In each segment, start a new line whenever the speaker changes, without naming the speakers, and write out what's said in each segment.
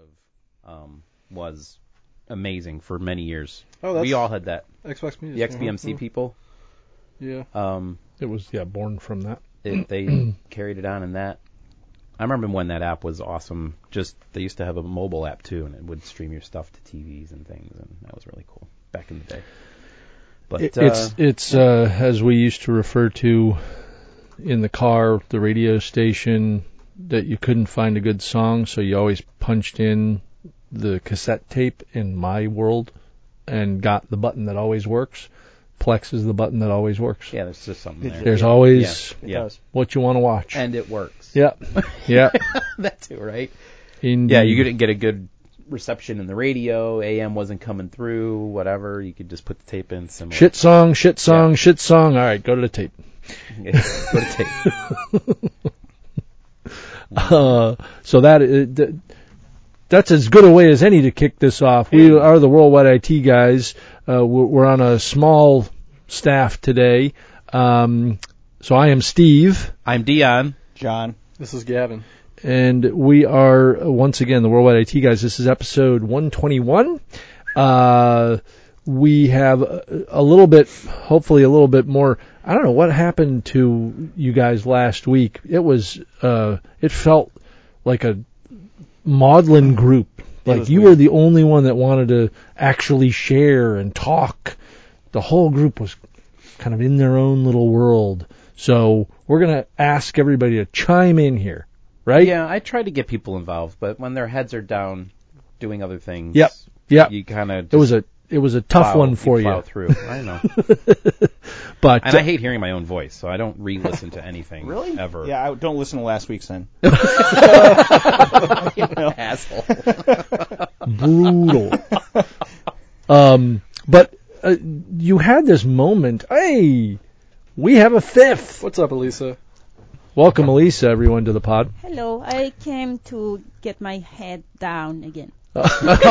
of um, was amazing for many years.
Oh, that's
we all had that.
Xbox
The
Music. uh-huh,
XBMC
uh-huh.
people,
Yeah.
um,
It was yeah, born from that.
it, they carried it on in that. I remember when that app was awesome. Just they used to have a mobile app too, and it would stream your stuff to TVs and things, and that was really cool back in the day. But
It-
uh,
it's it's uh, as we used to refer to in the car, the radio station that you couldn't find a good song, so you always punched in the cassette tape in my world and got the button that always works. Plex is the button that always works.
yeah, there's just something there.
There's always
Yeah.
It does.
what you want to watch.
and it works.
yep. Yep.
that too, right?
Indeed.
Yeah, you didn't get a good reception in the radio. AM wasn't coming through. Whatever, you could just put the tape in. Similar.
shit song, shit song,
Yeah.
shit song. All right, go to the tape.
Yeah, go to tape.
Uh, so that, uh, th- that's as good a way as any to kick this off. We are the Worldwide IT guys. Uh, we're, we're on a small staff today. Um, so I am Steve,
I'm Dion.
John.
This is Gavin.
and we are uh, once again the Worldwide IT guys. This is episode 121. Uh, we have a, a little bit, hopefully, a little bit more. I don't know what happened to you guys last week. It was, uh, it felt like a maudlin group. Like
was
you
weird.
were the only one that wanted to actually share and talk. The whole group was kind of in their own little world. So we're gonna ask everybody to chime in here, right?
Yeah, I try to get people involved, but when their heads are down doing other things,
Yep. Yep.
you kind of
It was a it was a tough one for
you.
you,
Plow through. I know,
but
and I hate hearing my own voice, so I don't re-listen to anything. Ever.
Yeah, I, don't listen to last week's then.
Asshole.
brutal. um, but uh, you had this moment. Hey, we have a fifth.
What's up, Elisa?
Welcome, Elisa, everyone to the pod.
Hello, I came to get my head down again.
oh, right.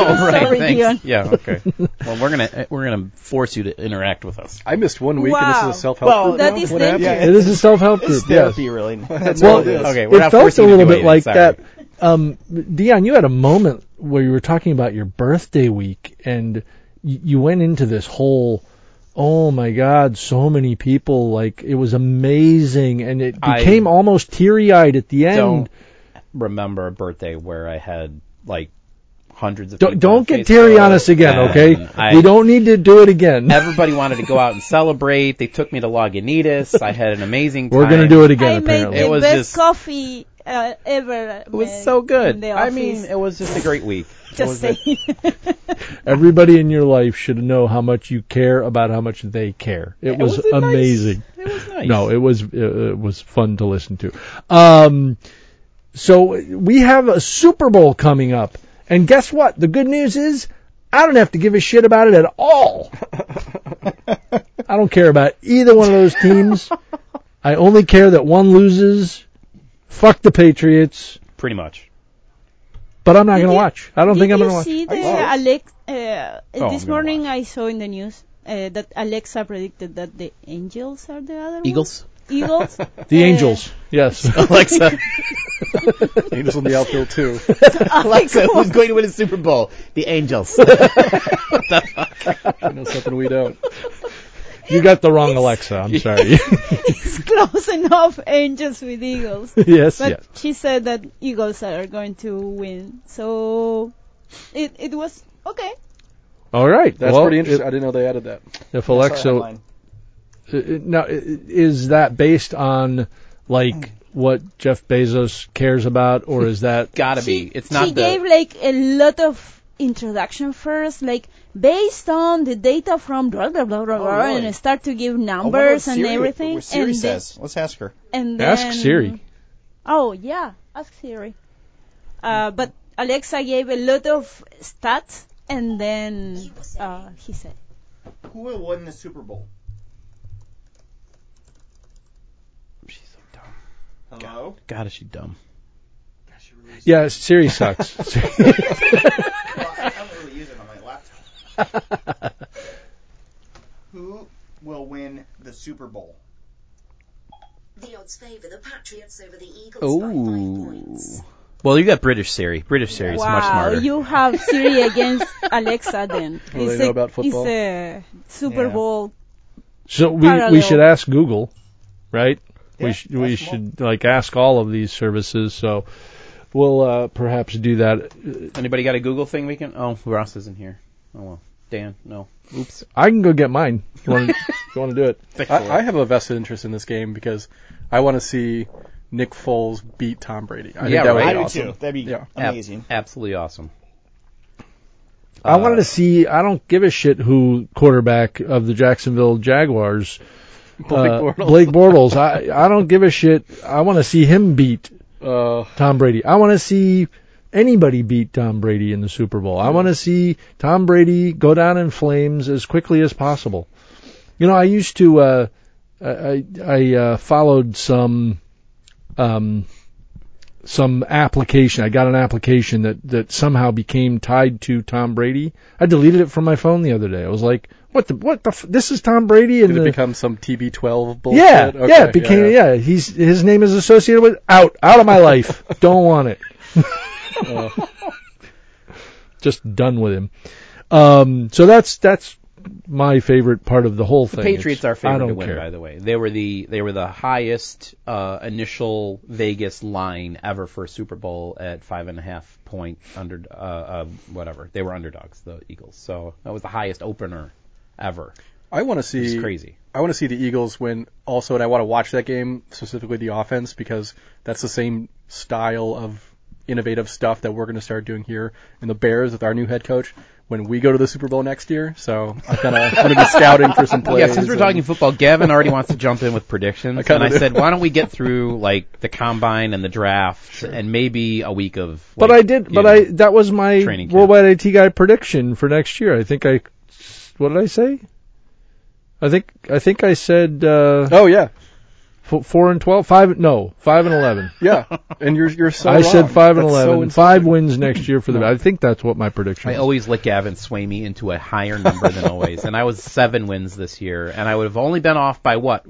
Sorry,
thanks.
Dion.
Yeah. Okay. Well, we're gonna eh, we're gonna force you to interact with us.
I missed one week and
Wow.
this is a self help
Well,
group.
that
now?
is
what
thank
happened?
Yeah,
It is a self help
it's
group. Yes.
therapy, really.
That's
Well,
all it is.
Okay. We're
It
not
felt a
forcing you
little
to do
bit
anything,
like
sorry.
that. Um, Dion, you had a moment where you were talking about your birthday week, and y- you went into this whole, oh my God, so many people, like it was amazing, and it
I
became almost teary-eyed at the end.
don't remember a birthday where I had like hundreds of.
Don't,
people
don't
on
get
Facebook,
teary on us again,
and
okay?
I-
we don't need to do it again.
Everybody wanted to go out and celebrate. They took me to Lagunitas. I had an amazing.
We're gonna
time.
do it again,
I made
apparently.
the
It was
best
just-
coffee uh, ever. uh,
It was so
In
good.
the
I mean,
office.
it was just a great week. It
just
was a-
saying.
Everybody in your life should know how much you care about how much they care. It, was,
was a nice-
amazing.
It was nice.
No, it was it, it was fun to listen to. Um, so we have a Super Bowl coming up, and guess what? The good news is I don't have to give a shit about it at all. I don't care about either one of those teams. I only care that one loses. Fuck the Patriots,
pretty much.
but I'm not
Did
going to
you-
watch. I don't
Did
think I'm
you
going to watch.
see the
saw
Alex? Uh, this
I'm gonna
morning I saw in the news uh, that Alexa predicted that the Angels are the other ones.
Eagles.
Eagles.
The
Uh,
Angels. Yes.
Alexa,
Angels in the outfield too.
Alexa, who's going to win the Super Bowl? The Angels.
I know something we don't.
you got the wrong Alexa. I'm sorry.
It's close enough. Angels with Eagles.
yes,
But
yes.
she said that Eagles are going to win. So it it was okay.
All right.
That's
well,
pretty interesting. I didn't know they added that.
If, if Alexa Uh, uh, now i- is that based on like what Jeff Bezos cares about, or is that
Gotta be.
She-
It's not
she
the.
gave like a lot of introduction first, like based on the data from blah blah blah blah, blah
really?
and start to give numbers and everything.
What Siri
and then-
says. Let's ask her.
and
ask
then-
Siri?
Oh yeah, ask Siri. Uh, but Alexa gave a lot of stats, and then uh, he said,
Who will win the Super Bowl?
She's so dumb.
Hello?
God, is she dumb?
Yeah, Siri sucks.
I don't really use it on my laptop. Who will win the Super Bowl?
The odds favor the Patriots over the Eagles by five
Ooh.
points.
Well, you got British Siri. British Siri is
wow,
much smarter.
you have Siri against Alexa then.
Well, they know about football.
It's a Super
Yeah.
Bowl.
So we, we
Parallel.
should ask Google, right? we
Yeah,
sh- we
ask 'em all.
should like ask all of these services. So we'll uh, perhaps do that.
Anybody got a Google thing we can? Oh, Ross isn't here. Oh well. Dan, no. Oops.
I can go get mine. You want to do it?
I, I have a vested interest in this game because I want to see Nick Foles beat Tom Brady. I
Yeah,
think that
right.
would
I
be
do
awesome.
too. That'd be
Yeah.
Ab-
amazing.
absolutely awesome.
I wanted
Uh,
to see. I don't give a shit who quarterback of the Jacksonville Jaguars.
Blake
uh,
Bortles.
Blake Bortles. I I don't give a shit. I want to see him beat
Uh,
Tom Brady. I want to see anybody beat Tom Brady in the Super Bowl. I want to see Tom Brady go down in flames as quickly as possible. You know, I used to uh, I I I, uh, followed some um, some application. I got an application that that somehow became tied to Tom Brady. I deleted it from my phone the other day. I was like, what the what the f- this is Tom Brady and
did it
the,
become some TB12 bullshit?
yeah,
Okay,
yeah, it became yeah. He's his name is associated with out, out of my life. Don't want it. Just done with him. Um, so that's that's my favorite part of the whole
The
thing.
Patriots
It's-
are
I
favored
don't
to win,
care.
by the way. They were the they were the highest uh, initial Vegas line ever for a Super Bowl at five and a half point under uh, uh, whatever. They were underdogs, the Eagles. So that was the highest opener ever.
I want to
It's
see
crazy.
I want to see the Eagles win also, and I want to watch that game specifically the offense because that's the same style of innovative stuff that we're going to start doing here in the Bears with our new head coach when we go to the Super Bowl next year. So I'm kind of going to be scouting for some plays.
Yeah, since we're
and-
talking football, Gavin already wants to jump in with predictions,
I
and
kinda
I
do.
said, why don't we get through like the combine and the draft, and maybe a week of.
But
like,
I did.
you
But
know,
I that was my
training camp.
worldwide IT guy prediction for next year. I think I. What did I say? I think I think I said uh,
Oh yeah,
f- four and twelve, five no, five and eleven.
yeah, and you're you're so.
I
wrong.
said five and
That's so
eleven,
ins-
five wins next year for the. I think that's what my prediction.
I
was.
always let Gavin sway me into a higher number than always, and I was seven wins this year, and I would have only been off by what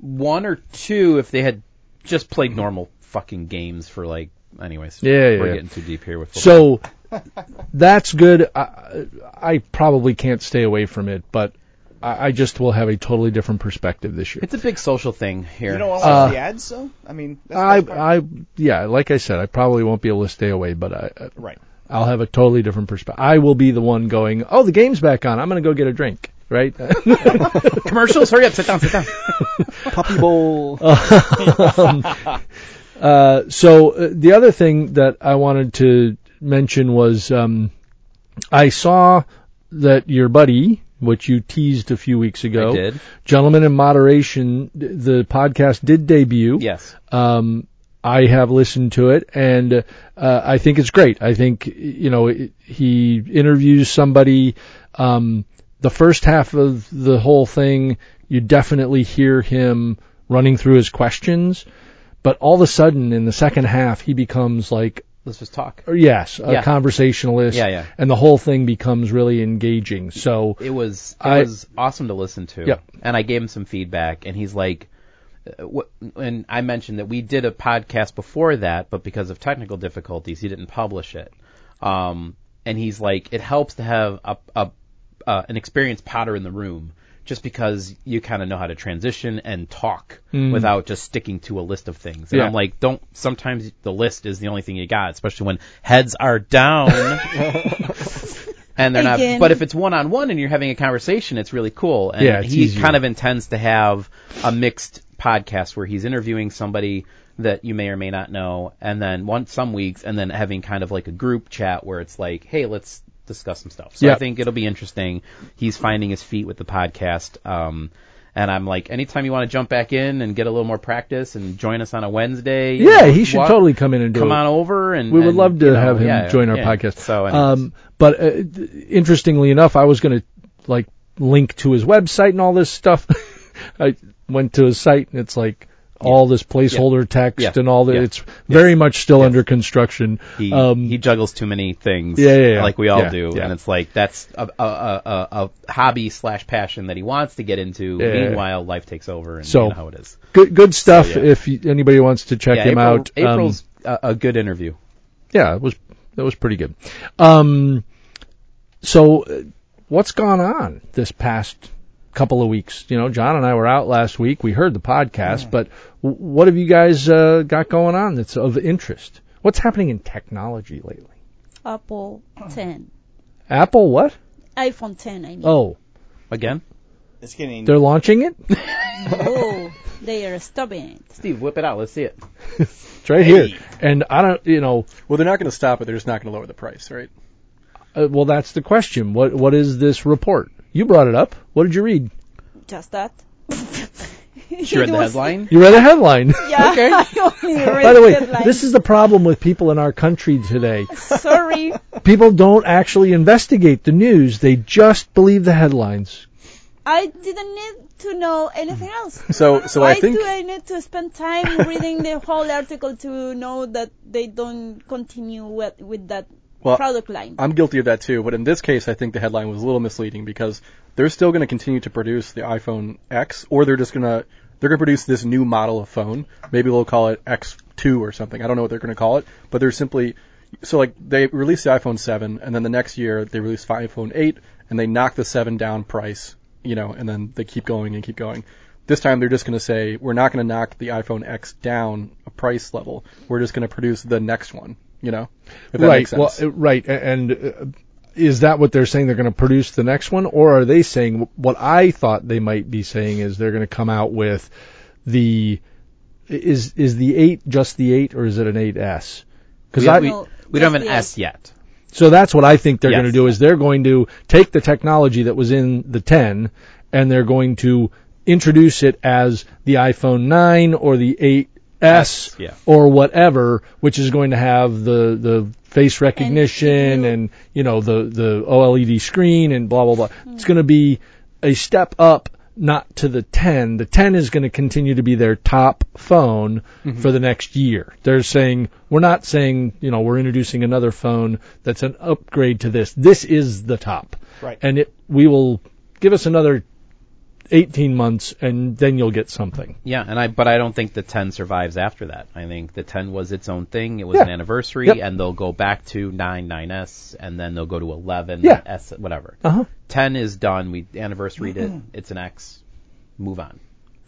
one or two if they had just played normal fucking games for like. Anyways,
Yeah, yeah,
we're
yeah.
getting too deep here with football.
So that's good. I, I probably can't stay away from it, but I, I just will have a totally different perspective this year.
It's a big social thing here.
You don't want to
Uh,
watch the ads, though? I mean, that's
I,
the best part.
I, yeah, like I said, I probably won't be able to stay away, but I,
Right.
I'll have a totally different perspective. I will be the one going, oh, the game's back on. I'm going to go get a drink, right?
Commercials, hurry up, sit down, sit down.
puppy bowl.
Uh, so uh, the other thing that I wanted to mention was um, I saw that your buddy, which you teased a few weeks ago,
I did.
Gentlemen in Moderation, th- the podcast did debut.
Yes.
Um, I have listened to it, and uh, I think it's great. I think you know it, he interviews somebody. Um, the first half of the whole thing, you definitely hear him running through his questions, but all of a sudden in the second half, he becomes like
Let's just talk.
or yes, a
Yeah.
conversationalist,
Yeah, yeah.
and the whole thing becomes really engaging. So
it was it
I-
was awesome to listen to.
Yep.
And I gave him some feedback, and he's like, uh, what, and I mentioned that we did a podcast before that, but because of technical difficulties, he didn't publish it. Um, and he's like, it helps to have a, a uh, an experienced potter in the room, just because you kind of know how to transition and talk without just sticking to a list of things. And
Mm-hmm. Yeah.
I'm like, don't. Sometimes the list is the only thing you got, especially when heads are down. and they're
Again.
not. But if it's one on one and you're having a conversation, it's really cool. And
Yeah, it's
he
easier.
kind of intends to have a mixed podcast where he's interviewing somebody that you may or may not know, and then once some weeks, and then having kind of like a group chat where it's like, hey, let's discuss some stuff. So
Yeah.
I think it'll be interesting. He's finding his feet with the podcast. Um, and I'm like, anytime you want to jump back in and get a little more practice and join us on a Wednesday. you
yeah,
know,
he should
walk-
totally come in and do
come
it.
on over. And
we would
and,
love to
you know,
have him
yeah,
join our
yeah.
podcast.
So, anyways.
um, but uh, th- interestingly enough, I was going to like link to his website and all this stuff. I went to his site and it's like all this placeholder text
Yeah.
and all that.
Yeah.
It's very much still under construction.
He
um,
he juggles too many things,
Yeah, yeah, yeah.
like we all
Yeah,
do,
yeah.
and it's like that's a a, a, a, a hobby slash passion that he wants to get into.
Yeah, yeah, yeah.
Meanwhile, life takes over, and
So,
you know how it is.
good good stuff.
So, yeah.
If y- anybody wants to check
yeah,
him
April,
out, um,
April's a, a good interview.
yeah, it was that was pretty good. Um, so uh, what's gone on this past couple of weeks? You know, John and I were out last week. We heard the podcast, but w- what have you guys uh, got going on that's of interest? What's happening in technology lately?
Apple 10,
Apple, what?
iPhone 10. I mean,
Oh,
Again,
It's getting.
they're launching it.
oh, they are stopping it.
Steve, whip it out. Let's see it.
It's right here, and I don't, you know,
Well, they're not going to stop it. They're just not going to lower the price, right?
uh, well, that's the question. What what is this report? You brought it up. What did you read?
Just that.
She read the headline.
You read a headline.
Yeah. I only read
By the way,
headline.
this is the problem with people in our country today.
sorry.
People don't actually investigate the news. They just believe the headlines.
I didn't need to know anything else.
So, so
Why
I think
do I need to spend time reading the whole article to know that they don't continue with, with that
Well,
product line?
I'm guilty of that too. But in this case, I think the headline was a little misleading because they're still going to continue to produce the iPhone X, or they're just going to they're going to produce this new model of phone. Maybe they'll call it X2 or something. I don't know what they're going to call it, but they're simply so like they released the iPhone 7, and then the next year they released the iPhone 8, and they knock the 7 down price, you know, and then they keep going and keep going. This time they're just going to say we're not going to knock the iPhone X down a price level. We're just going to produce the next one, you know. If that
right.
makes sense.
Well, uh, right. a- And uh, is that what they're saying? They're going to produce the next one, or are they saying what I thought they might be saying is they're going to come out with the is is the eight just the eight, or is it an 8S? Because
We,
I
we,
No,
we don't have
just
an
the
S yet.
So that's what I think they're
Yes.
going to do is they're going to take the technology that was in the 10 and they're going to introduce it as the iPhone 9 or the 8s
yeah.
or whatever, which is going to have the the face recognition and, you know the the OLED screen and blah blah blah. It's going to be a step up not to the 10. The 10 is going to continue to be their top phone
Mm-hmm.
for the next year. They're saying we're not saying, you know, we're introducing another phone that's an upgrade to this. This is the top.
Right.
And it we will give us another 18 months and then you'll get something.
Yeah, and I but I don't think the 10 survives after that. I think the 10 was its own thing. It was
Yeah.
an anniversary,
Yep.
and they'll go back to 9, 9s, and then they'll go to 11,
Yeah.
S, whatever.
Uh-huh.
10 is done. We anniversaried it. It's an X. Move on.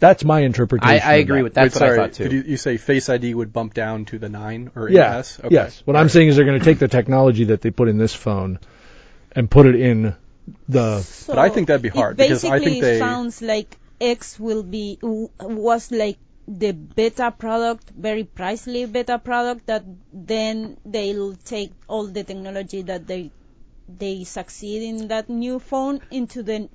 That's my interpretation.
I, I
of
agree
that.
with that's what
Wait, sorry,
I thought too.
Could you, you say Face ID would bump down to the nine or
Yeah.
S?
Yes. What I'm saying is they're going to take the technology that they put in this phone and put it in the
So
I think that'd be hard,
it
because I think
basically
they-
sounds like X will be w- was like the beta product, very pricely beta product that then they'll take all the technology that they they succeed in that new phone into the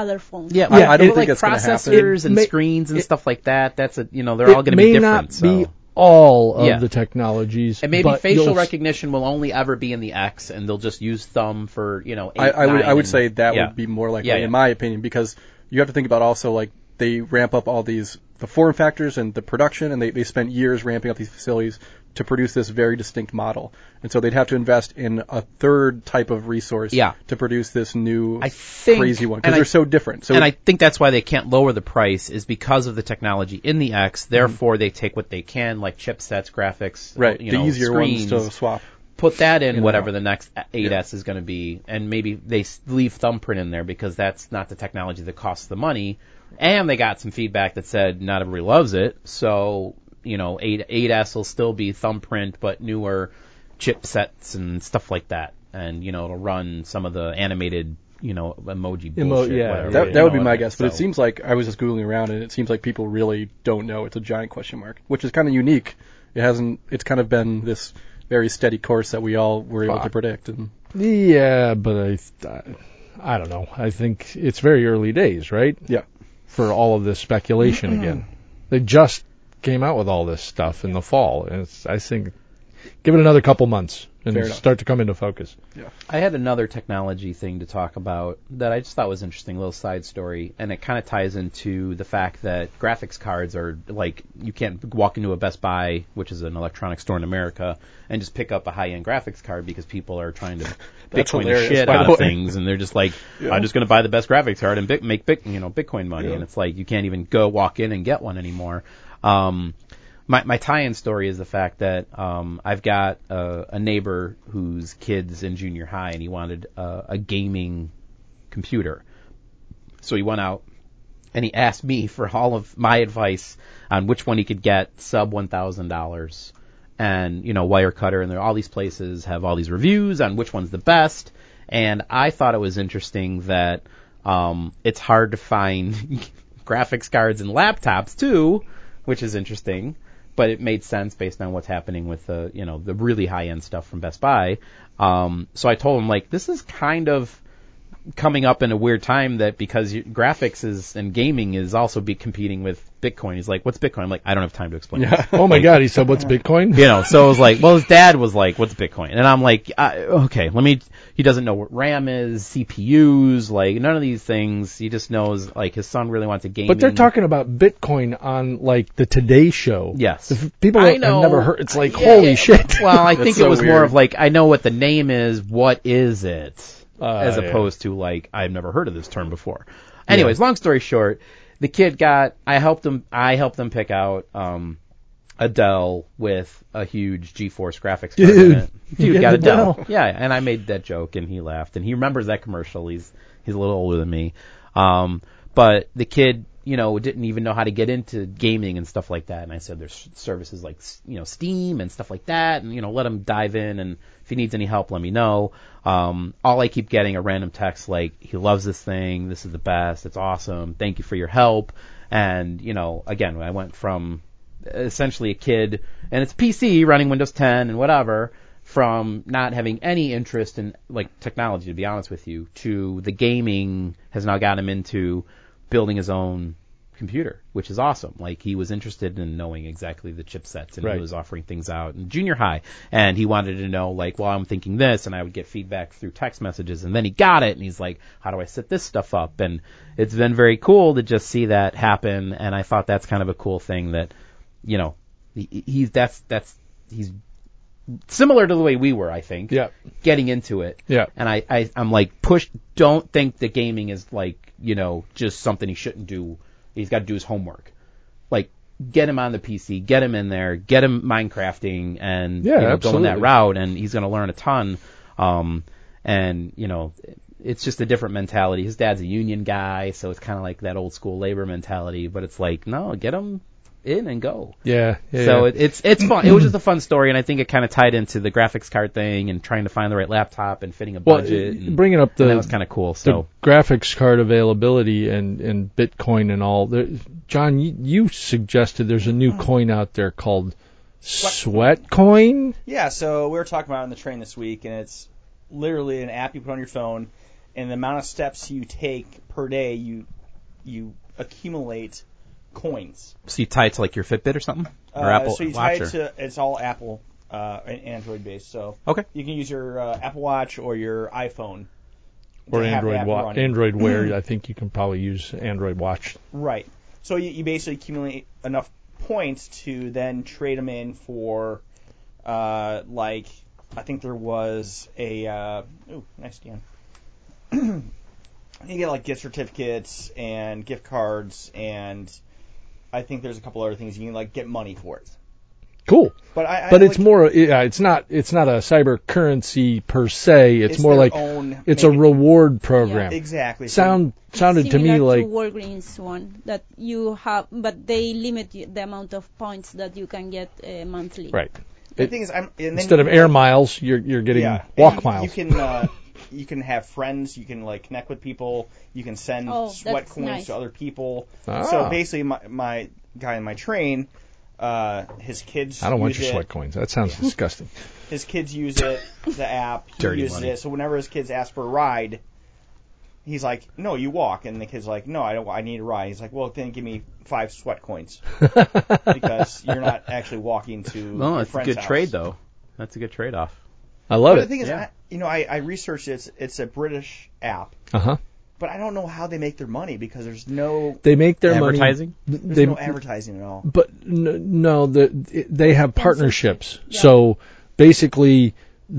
other phone.
yeah,
I- I
but
don't
like
think it's gonna happen.
processors and
It may-
screens and
it-
stuff like that. That's a you know they're all going to be
may
different.
not
so.
be all of
Yeah.
the technologies.
and maybe
but
facial
you'll-
recognition will only ever be in the X, and they'll just use thumb for you know. Eight,
I, I would I
nine,
would say
and-
that
yeah.
would be more likely
Yeah, yeah.
in my opinion because you have to think about also like they ramp up all these the form factors and the production and they, they spent years ramping up these facilities to produce this very distinct model and so they'd have to invest in a third type of resource
Yeah.
to produce this new
I think-
crazy one because
and I-
they're so different so
and I think that's why they can't lower the price is because of the technology in the X.
Mm-hmm.
Therefore, they take what they can, like chipsets, graphics,
right
you
the
know,
easier
screens,
ones to swap
put that in
know.
whatever the next 8s is going to be, and maybe they s- leave thumbprint in there because that's not the technology that costs the money. And they got some feedback that said not everybody loves it, so you know, 8 8s will still be thumbprint, but newer chipsets and stuff like that, and you know, it'll run some of the animated. You know, emoji bullshit.
yeah,
whatever,
yeah,
That,
you
that would
know,
be my
like,
guess, but it
so-
seems like I was just googling around, and it seems like people really don't know. It's a giant question mark, which is kind of unique. It hasn't. It's kind of been this very steady course that we all were able to
Fuck.
predict. And
Yeah, but I, th- I don't know. I think it's very early days, right?
yeah,
For all of this speculation again. They just came out with all this stuff in the fall, and it's, I think give it another couple months and
Fair enough.
start to come into focus.
I had another technology thing to talk about that I just thought was interesting, little side story, and it kind of ties into the fact that graphics cards are like you can't walk into a Best Buy, which is an electronics store in America, and just pick up a high-end graphics card because people are trying to
That's
Bitcoin the
hilarious,
shit
by
out
the
of
way.
things, and they're just like, I'm just going to buy the best graphics card and bit- make bit- you know Bitcoin money,
Yeah.
and it's like you can't even go walk in and get one anymore. Um, my my tie-in story is the fact that um, I've got a, a neighbor whose kids in junior high, and he wanted a, a gaming computer, so he went out and he asked me for all of my advice on which one he could get sub one thousand dollars, and you know Wirecutter and there all these places have all these reviews on which one's the best, and I thought it was interesting that um, it's hard to find graphics cards and laptops too, which is interesting. But it made sense based on what's happening with the, you know, the really high end stuff from Best Buy. Um, so I told him like, this is kind of coming up in a weird time that because you, graphics is and gaming is also be competing with Bitcoin. He's like, what's Bitcoin? I'm like, I don't have time to explain.
Yeah.
Oh my God, he said, "What's Bitcoin?"
You know, so it was like, well, his dad was like, "What's Bitcoin?" And I'm like, I, "Okay, let me." He doesn't know what RAM is, CPUs, like none of these things. He just knows like his son really wants a game.
But they're talking about Bitcoin on like the Today Show.
Yes.
The f- people
I
have
know.
never heard. It's like
Yeah.
holy shit.
Well, I think
so
it was more
weird.
of like, I know what the name is. What is it?
Ah,
Uh,
As
yeah.
opposed to like, I've never heard of this term before. Anyways, long story short, the kid got. I helped him. I helped him pick out um, a Dell with a huge GeForce graphics card. in
Dude,
it.
you
dude
get
got a
the
Dell.
Dell.
Yeah, and I made that joke, and he laughed, and he remembers that commercial. He's he's a little older than me, um, but the kid, you know, didn't even know how to get into gaming and stuff like that. And I said, there's services like you know Steam and stuff like that, and you know, let him dive in, and if he needs any help, let me know. Um, all I keep getting are random texts like, he loves this thing, this is the best, it's awesome, thank you for your help, and you know, again, I went from essentially a kid, and it's PC running Windows 10 and whatever, from not having any interest in like technology, to be honest with you, to the gaming has now got him into building his own computer, which is awesome. Like he was interested in knowing exactly the chipsets, and
Right.
he was offering things out in junior high, and he wanted to know like, well, I'm thinking this, and I would get feedback through text messages, and then he got it, and he's like, how do I set this stuff up? And it's been very cool to just see that happen, and I thought that's kind of a cool thing that you know, he, he's that's that's he's similar to the way we were, I think.
Yeah.
Getting into it.
Yeah.
And I, I I'm like push. Don't think that gaming is like you know just something he shouldn't do. He's got to do his homework. Like get him on the PC, get him in there, get him Minecrafting, and
Yeah,
you know, going that
absolutely.
route, and he's going to learn a ton. Um, and you know. It's just a different mentality. His dad's a union guy, so it's kind of like that old school labor mentality. But it's like, no, get him in and go.
Yeah. yeah
So
yeah.
it, it's it's fun. It was just a fun story, and I think it kind of tied into the graphics card thing and trying to find the right laptop and fitting a
well,
budget.
uh,
and,
bringing up
and
the
that was kind of cool. So
the graphics card availability and, and Bitcoin and all. There, John, you, you suggested there's a new
Hmm.
coin out there called Sweat Coin.
Yeah, so we were talking about it on the train this week, and it's literally an app you put on your phone, and the amount of steps you take per day, you you accumulate coins.
so you tie it to like your Fitbit or something or
Uh,
Apple
so you tie
Watch.
it
Or,
to it's all Apple uh, and Android based. So
Okay.
you can use your uh, Apple Watch or your iPhone to
Or
have the
Android
app
Watch,
running.
Android Wear. I think you can probably use Android Watch.
Right. So you, you basically accumulate enough points to then trade them in for, uh, like, I think there was a. Uh, ooh, nice Dan. you get like gift certificates and gift cards, and I think there's a couple other things you can like get money for it.
Cool,
But I.
but
I,
it's
like,
more. Yeah, it's not. It's not a cyber currency per se. It's,
It's
more
their
like
own-
it's a
maybe-
reward program.
exactly So
Sound sounded to
Similar
me like
to Walgreens one that you have, but they limit you- the amount of points that you can get uh, monthly.
right.
The
it-
thing is, I'm and then
Instead
you
of
can,
air miles, you're you're getting
yeah, and
walk
you,
miles.
You can. Uh, You can have friends. You can like connect with people. You can send
Oh,
sweat
that's
coins
nice.
to other people.
Ah.
So basically, my, my guy in my train, uh, his kids.
I don't want
use
your
it.
sweat coins. That sounds disgusting.
His kids use it. The app. He
Dirty
uses
money.
it. So whenever his kids ask for a ride, he's like, "No, you walk." And the kid's like, "No, I don't. I need a ride." He's like, "Well, then give me five sweat coins because you're not actually walking to."
well,
your
it's a
friend's
good
house.
trade though. That's a good trade off.
I love
But the
it.
thing is,
Yeah.
I, you know, I, I researched it. It's, it's a British app,
Uh huh.
but I don't know how they make their money because there's no
They make their money-
Advertising?
th-
there's
they,
no advertising at all.
but n- no, the, they have partnerships.
Yeah.
So basically,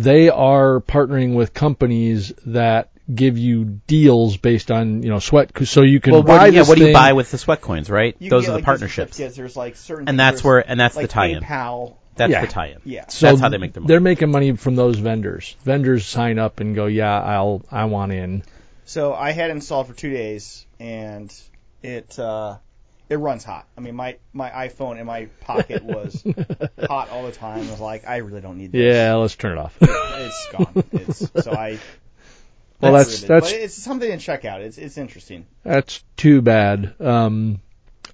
they are partnering with companies that give you deals based on you know sweat, so you can
Well,
buy
what, do you- yeah,
this
what do you
thing-
buy with the sweat coins, right?
You can
Those
get,
are the
like, different
partnerships.
stuff, Yes, there's like certain.
And
things
that's
where
where-
it's
and that's the
like
tie-in.
PayPal.
That's
Yeah.
the tie-in.
Yeah.
So
That's how they make their money.
They're making money from those vendors. Vendors sign up and go, yeah, I'll I want in.
So I had it installed for two days, and it uh, it runs hot. I mean, my my iPhone in my pocket was hot all the time. I was like, I really don't need this.
Yeah, let's turn it off.
it's gone. It's, so I.
Well,
got
that's-
rid of it.
that's-
But it's something to check out. It's it's interesting.
That's too bad. Um,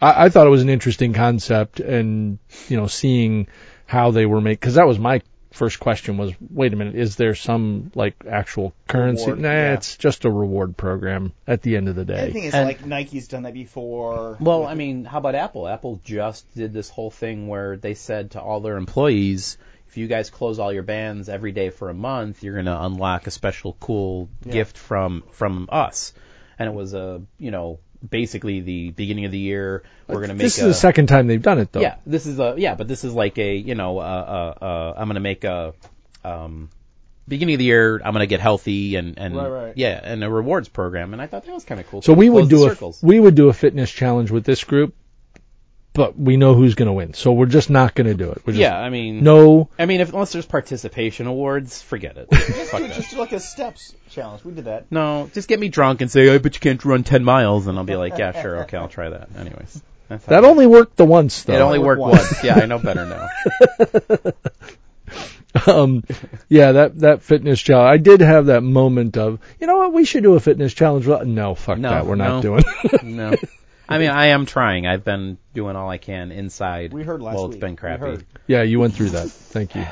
I, I thought it was an interesting concept, and you know, seeing how they were made because that was my first question was, wait a minute, is there some like actual currency?
Reward,
nah,
yeah.
it's just a reward program at the end of the
And the thing
day.
is,
And-
like Nike's done that before.
Well, I mean, how about Apple? Apple just did this whole thing where they said to all their employees, if you guys close all your bands every day for a month, you're going to unlock a special cool gift from from us. And it was a, you know, basically the beginning of the year, we're going to make
This is
a
the second time they've done it though.
Oh.
yeah, this is a yeah, but this is like a you know uh, uh, uh, I'm gonna make a um, beginning of the year I'm gonna get healthy and and
Right, right.
yeah and a rewards program and I thought that was kind of cool.
So we
Close
would
the
do a
circles.
we would do a fitness challenge with this group, but we know who's going to win, so we're just not going to do it. We're just,
yeah, I mean
No,
I mean if unless there's participation awards, forget it. Fuck
Dude,
that.
just do like a steps challenge. We did that.
No, just get me drunk and say, I bet you can't run 10 miles, and I'll be like, yeah, sure, okay, I'll try that. Anyways. That's how
that
it-
only worked the once though.
It only worked
worked
once. Yeah, I know better now.
um, yeah, that that fitness challenge. I did have that moment of, you know what, we should do a fitness challenge. Well, No, fuck
No,
that. We're not
no.
doing.
No. I mean, I am trying. I've been doing all I can inside.
We heard last
Well, it's
week.
been
We
crappy.
heard.
yeah, you went through that. Thank you.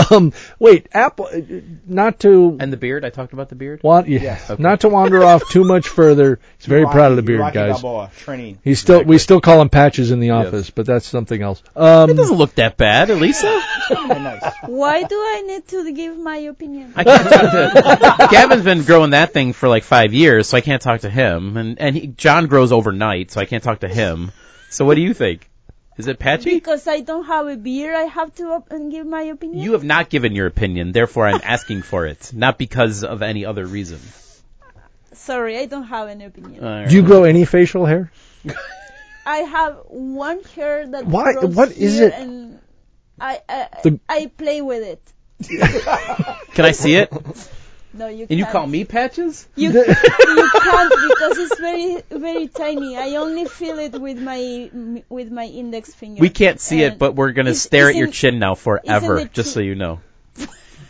um, wait, Apple. uh, Not to
And the beard? I talked about the beard?
want, yeah,
Yes.
Okay.
not to wander off too much further. He's very proud of the
Rocky-
beard,
Rocky
guys.
Balboa training.
He's still we still call him patches in the office, but that's something else.
It
Um,
doesn't look that bad, Elisa.
Kinda nice.
Why do I need to give my opinion?
I can't talk to Gavin's been growing that thing for like five years, so I can't talk to him. And and he, John grows overnight, so I can't talk to him. So what do you think? Is it patchy?
Because I don't have a beer, I have to op- and give my opinion.
You have not given your opinion, therefore I'm asking for it, not because of any other reason.
Sorry, I don't have an opinion.
do you grow any facial hair?
I have one hair that
Why-
grows
what is
here
it?
And I I,
The-
I play with it.
Can I see it?
No, you.
And you
can't.
call me patches?
You, you can't because it's very very tiny. I only feel it with my with my index finger.
We can't see
And
it, but we're gonna
Uh, is-
stare at
isn't-
your chin now forever,
isn't it
just so
too-
you know.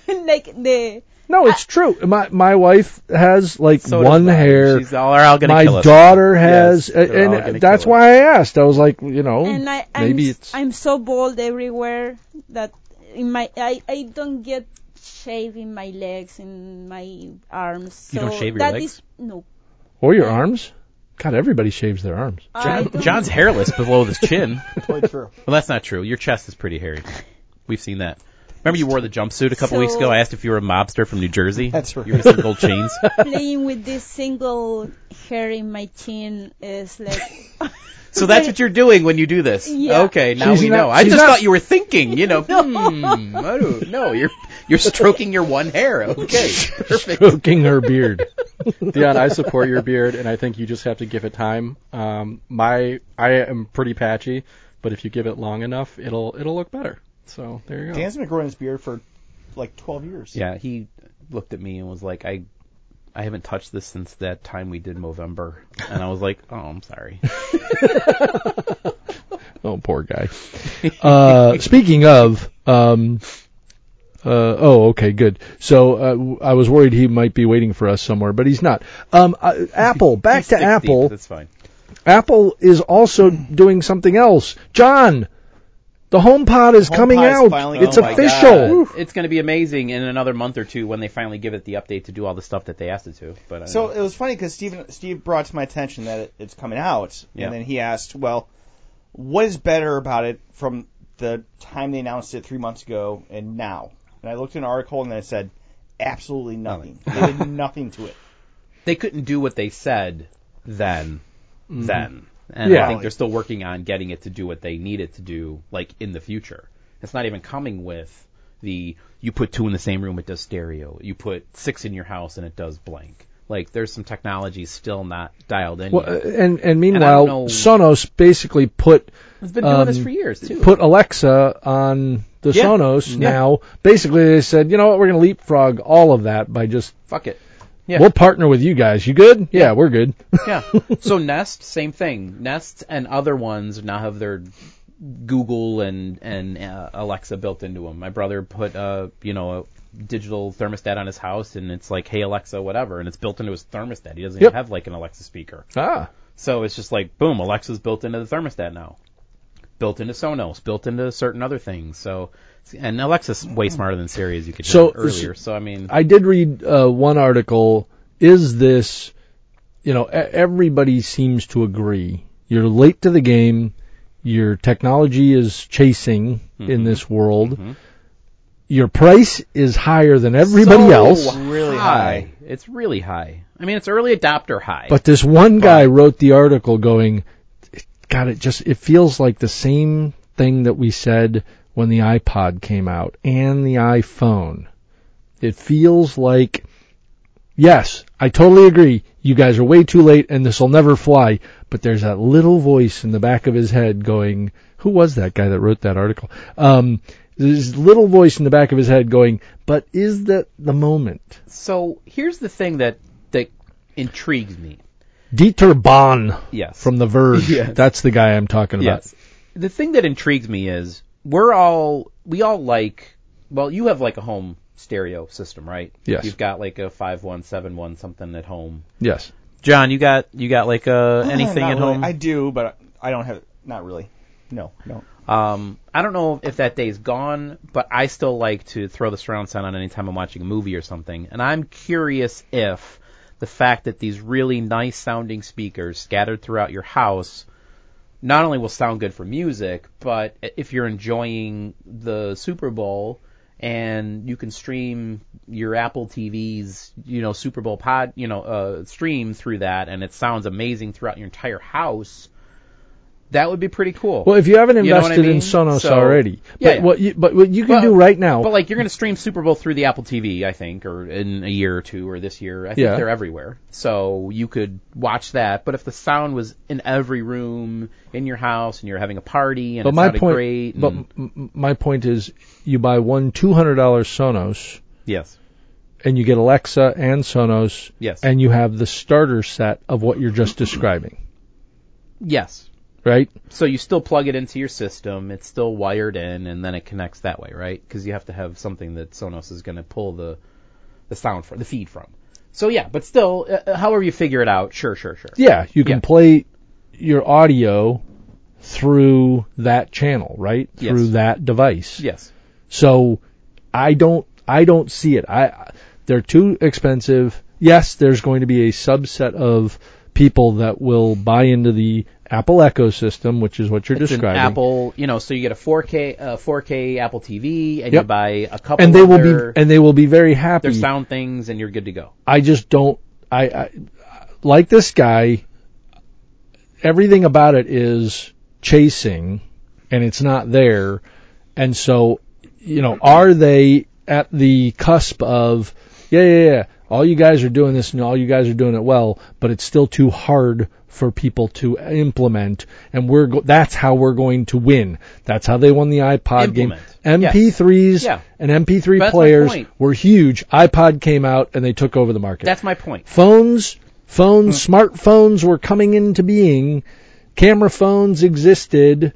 like the
No, it's true. My my wife has like
So does
one
mine.
hair.
She's all, they're all gonna
my
kill us.
daughter has,
Yes, they're all
and
gonna
that's
kill us.
why I asked. I was like, you
Oh,
know,
and I I'm,
maybe it's.
I'm so bald everywhere that in my I I don't get shave in my legs in my arms. So
You don't shave your
that
legs?
is- no.
or your arms. God, everybody shaves their arms.
I
John,
don't-
John's hairless below his chin.
Totally true.
Well, that's not true. Your chest is pretty hairy. We've seen that. Remember you wore the jumpsuit a couple
So-
weeks ago? I asked if you were a mobster from New Jersey.
That's right.
You were some gold chains.
playing with this single hair in my chin is like
So that's what you're doing when you do this.
Yeah.
Okay, now
She's
we
not-
know. I
she's
just
not-
thought you were thinking, you know. Hmm, I don't know. You're you're stroking your one hair. Okay. Perfect.
Stroking her beard.
Dion, I support your beard, and I think you just have to give it time. Um, my I am pretty patchy, but if you give it long enough, it'll it'll look better. So there you go.
Dan's been growing his beard for like 12 years.
Yeah, he looked at me and was like, I I haven't touched this since that time we did Movember. And I was like, Oh, I'm sorry.
Oh, poor guy. Uh, speaking of, um, uh, oh, okay, good. So uh, w- I was worried he might be waiting for us somewhere, but he's not. Um, uh, Apple, back
He's
to
six deep,
Apple.
That's fine.
Apple is also doing something else. John, the HomePod is
The
coming
HomePod is
out.
finally-
it's
Oh my
God.
official.
It's going to be amazing in another month or two when they finally give it the update to do all the stuff that they asked it to. But uh, I
So
don't
it was funny because Steve, Steve brought to my attention that it, it's coming out,
Yeah.
and then he asked, "Well, what is better about it from the time they announced it three months ago and now?" And I looked at an article, and then it said, "Absolutely nothing. they did nothing to it."
know. they couldn't do what they said then. Then. And
Yeah.
I think they're still working on getting it to do what they need it to do, like in the future. It's not even coming with the you put two in the same room, it does stereo. You put six in your house, and it does blank. Like there's some technology still not dialed in.
Well,
yet.
Uh, and and meanwhile,
know-
Sonos basically put
It's been doing this
um,
for years too.
put Alexa on the
Yeah.
Sonos
Yeah.
now. Basically, they said, you know what, we're going to leapfrog all of that by just
Fuck it. Yeah.
we'll partner with you guys. You good? Yeah, we're good.
yeah. So Nest, same thing. Nest and other ones now have their Google and and uh, Alexa built into them. My brother put a you know a digital thermostat on his house, and it's like, hey Alexa, whatever, and it's built into his thermostat. He doesn't
Yep.
even have like an Alexa speaker.
ah,
So it's just like, boom, Alexa's built into the thermostat now, built into Sonos, built into certain other things. So. And Alexa's way smarter than Siri, as you could
So-
hear earlier. So I mean,
I did read uh, one article. Is this, you know, e- everybody seems to agree. You're late to the game. Your technology is chasing in
Mm-hmm.
this world. Your price is higher than everybody
so
else.
Really high.
It's really high. I mean, it's early adopter high.
But this one guy wrote the article going, God, it just, it feels like the same thing that we said when the iPod came out and the iPhone. It feels like, yes, I totally agree. You guys are way too late and this will never fly. But there's that little voice in the back of his head going, who was that guy that wrote that article? Um, there's this little voice in the back of his head going, but is that the moment?
So here's the thing that that intrigues me. Uh,
Dieter Bonn.
Yes.
from The Verge.
Yes.
That's the guy I'm talking about.
yes. The thing that intrigues me is we're all we all like. Well, you have like a home stereo system, right?
Yes.
You've got like a five one seven one something at home.
Yes.
John, you got you got like a anything
Not
at
really.
home.
I do, but I don't have. Not really. No, no.
Um, I don't know if that day's gone, but I still like to throw the surround sound on anytime I'm watching a movie or something. And I'm curious if the fact that these really nice sounding speakers scattered throughout your house not only will sound good for music, but if you're enjoying the Super Bowl and you can stream your Apple TV's, you know, Super Bowl pod, you know, uh, stream through that and it sounds amazing throughout your entire house, that would be pretty cool.
Well, if you haven't
You know what
invested
I mean?
in Sonos
So-
already,
Yeah,
but
yeah.
what you but what you can
But-
do right now,
But like you're going to stream Super Bowl through the Apple TV, I think, or in a year or two, or this year. I think
Yeah.
they're everywhere, so you could watch that. But if the sound was in every room in your house, and you're having a party, and
but
it
my
sounded
point,
great,
but
and-
m- m- my point is, you buy one two hundred dollar Sonos,
yes,
and you get Alexa and Sonos,
yes,
and you have the starter set of what you're just describing,
yes.
right?
So you still plug it into your system, it's still wired in, and then it connects that way, right? Because you have to have something that Sonos is going to pull the the sound from, the feed from. So yeah, but still, uh, uh, however you figure it out, sure, sure, sure.
Yeah, you can
Yeah.
play your audio through that channel, right?
Yes.
Through that device.
Yes.
So I don't I don't see it. I they're too expensive. Yes, there's going to be a subset of people that will buy into the Apple ecosystem, which is what you're
It's an
describing.
Apple, you know, so you get a 4K, uh, 4K Apple TV, and
Yep.
you buy a couple.
and they
of
will
their,
be and they will be very
their
happy.
sound things, and you're good to go.
I just don't I, I like this guy everything about it is chasing and it's not there. And so, you know, are they at the cusp of, yeah, yeah, yeah, all you guys are doing this and all you guys are doing it well, but it's still too hard for people to implement. And we're, go- that's how we're going to win. That's how they won the iPod
Implement.
game. MP3s
Yeah.
and MP3
That's my
players
point.
were huge. iPod came out and they took over the market
That's my point.
phones phones smartphones were coming into being camera phones existed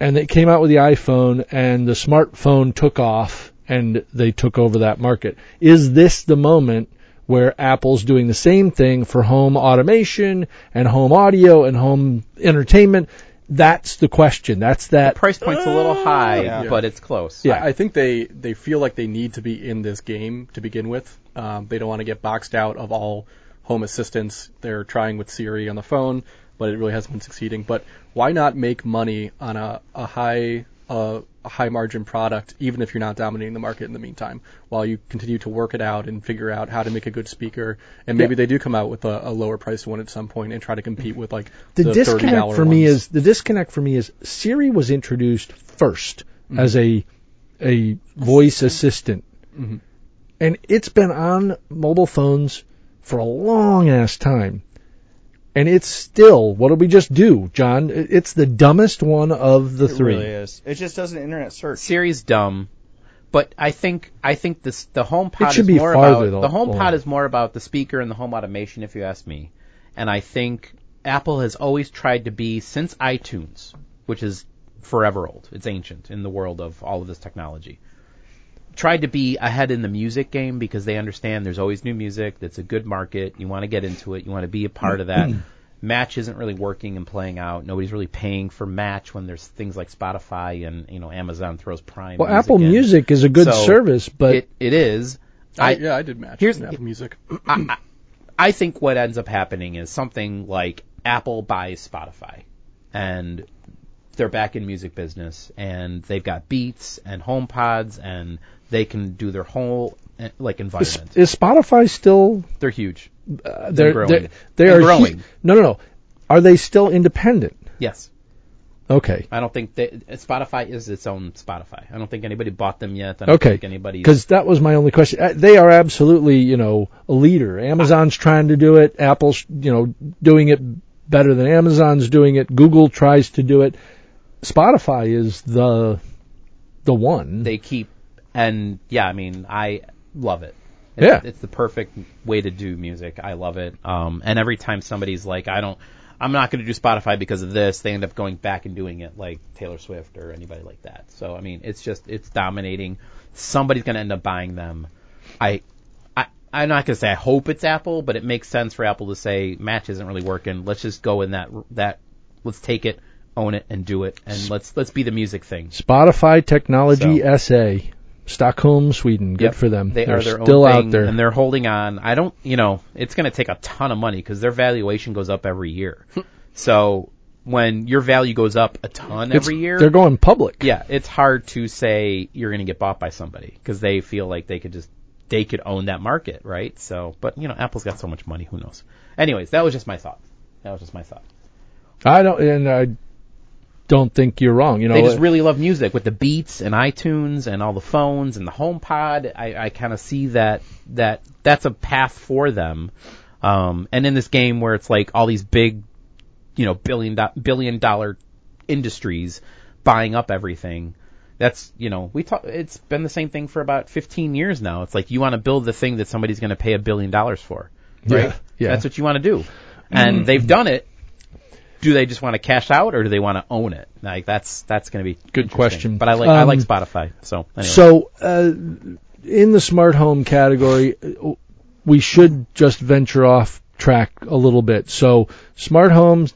and it came out with the iphone and the smartphone took off and they took over that market is this the moment where apple's doing the same thing for home automation and home audio and home entertainment that's the question that's that
Price point's a little high,
Yeah.
but it's close.
Oh, Yeah.
I think they, they feel like they need to be in this game to begin with. Um, they don't want to get boxed out of all home assistants. They're trying with Siri on the phone, but it really hasn't been succeeding. But why not make money on a, a high uh, a high margin product, even if you're not dominating the market in the meantime, while you continue to work it out and figure out how to make a good speaker. And maybe they do come out with a, a lower priced one at some point and try to compete with like
the,
the,
disconnect
$30
for me
ones.
Mm-hmm.
is the disconnect for me is Siri was introduced 1st as a a voice assistant,
Mm-hmm.
and it's been on mobile phones for a long ass time, and it's still what did we just do, John? It- It's the dumbest one of the
It
three.
really is. It just does an internet search.
Siri's dumb, but I think I think this the HomePod
It should
is
be
more
farther
about
tho-
the HomePod
along.
is more about the speaker and the home automation, if you ask me. And I think Apple has always tried to be since iTunes, which is forever old. It's ancient in the world of all of this technology. Tried to be ahead in the music game because they understand there's always new music. That's a good market. You want to get into it. You want to be a part of that. Match isn't really working and playing out. Nobody's really paying for Match when there's things like Spotify and you know Amazon throws Prime.
Well, Apple
in.
Music is a good
So,
service, but
it, it is. I,
I, yeah, I did match
here's-
in Apple Music.
I think what ends up happening is something like Apple buys Spotify and they're back in music business and they've got Beats and home pods and they can do their whole eh, like
is,
environment.
is Spotify still
They're huge.
uh,
They're
they're,
growing.
they're they
They're
are hu-
growing.
no, no, no. Are they still independent?
Yes.
Okay.
I don't think they, Spotify is its own Spotify. I don't think anybody bought them yet. I don't
Okay.
think anybody's
Because that was my only question. Uh, They are absolutely, you know, a leader. Amazon's trying to do it. Apple's, you know, doing it better than Amazon's doing it. Google tries to do it. Spotify is the the one.
they keep and yeah i mean i love it it's,
Yeah.
it's the perfect way to do music i love it um and every time somebody's like i don't i'm not going to do spotify because of this they end up going back and doing it like taylor swift or anybody like that so i mean it's just it's dominating somebody's going to end up buying them i I, I'm not gonna say I hope it's Apple, but it makes sense for Apple to say match isn't really working. Let's just go in that that. Let's take it, own it, and do it, and let's let's be the music thing.
Spotify Technology
So-
SA, Stockholm, Sweden. Good
Yep.
for them.
They
are
are their
still
own
out
thing,
there.
and they're holding on. I don't, you know, it's going to take a ton of money because their valuation goes up every year. so when your value goes up a ton
It's-
every year,
They're going public.
yeah, it's hard to say you're going to get bought by somebody because they feel like they could just they could own that market, right? So, but you know, Apple's got so much money, who knows? Anyways, that was just my thought. That was just my thought.
I don't, and I don't think you're wrong. You know,
They just
uh,
really love music with the Beats and iTunes and all the phones and the HomePod. I, I kind of see that that that's a path for them. Um, and in this game where it's like all these big, you know, billion do- billion dollar industries buying up everything. That's you know we talk. It's been the same thing for about 15 years now. It's like you want to build the thing that somebody's going to pay a billion dollars for, right?
Yeah, yeah. Mm.
That's what you want to do, and they've done it do they just want to cash out or do they want to own it? Like that's that's going to be good
question.
But I like I
Um,
like Spotify. So anyway.
So, uh, in the smart home category, uh, we should just venture off track a little bit. So, smart homes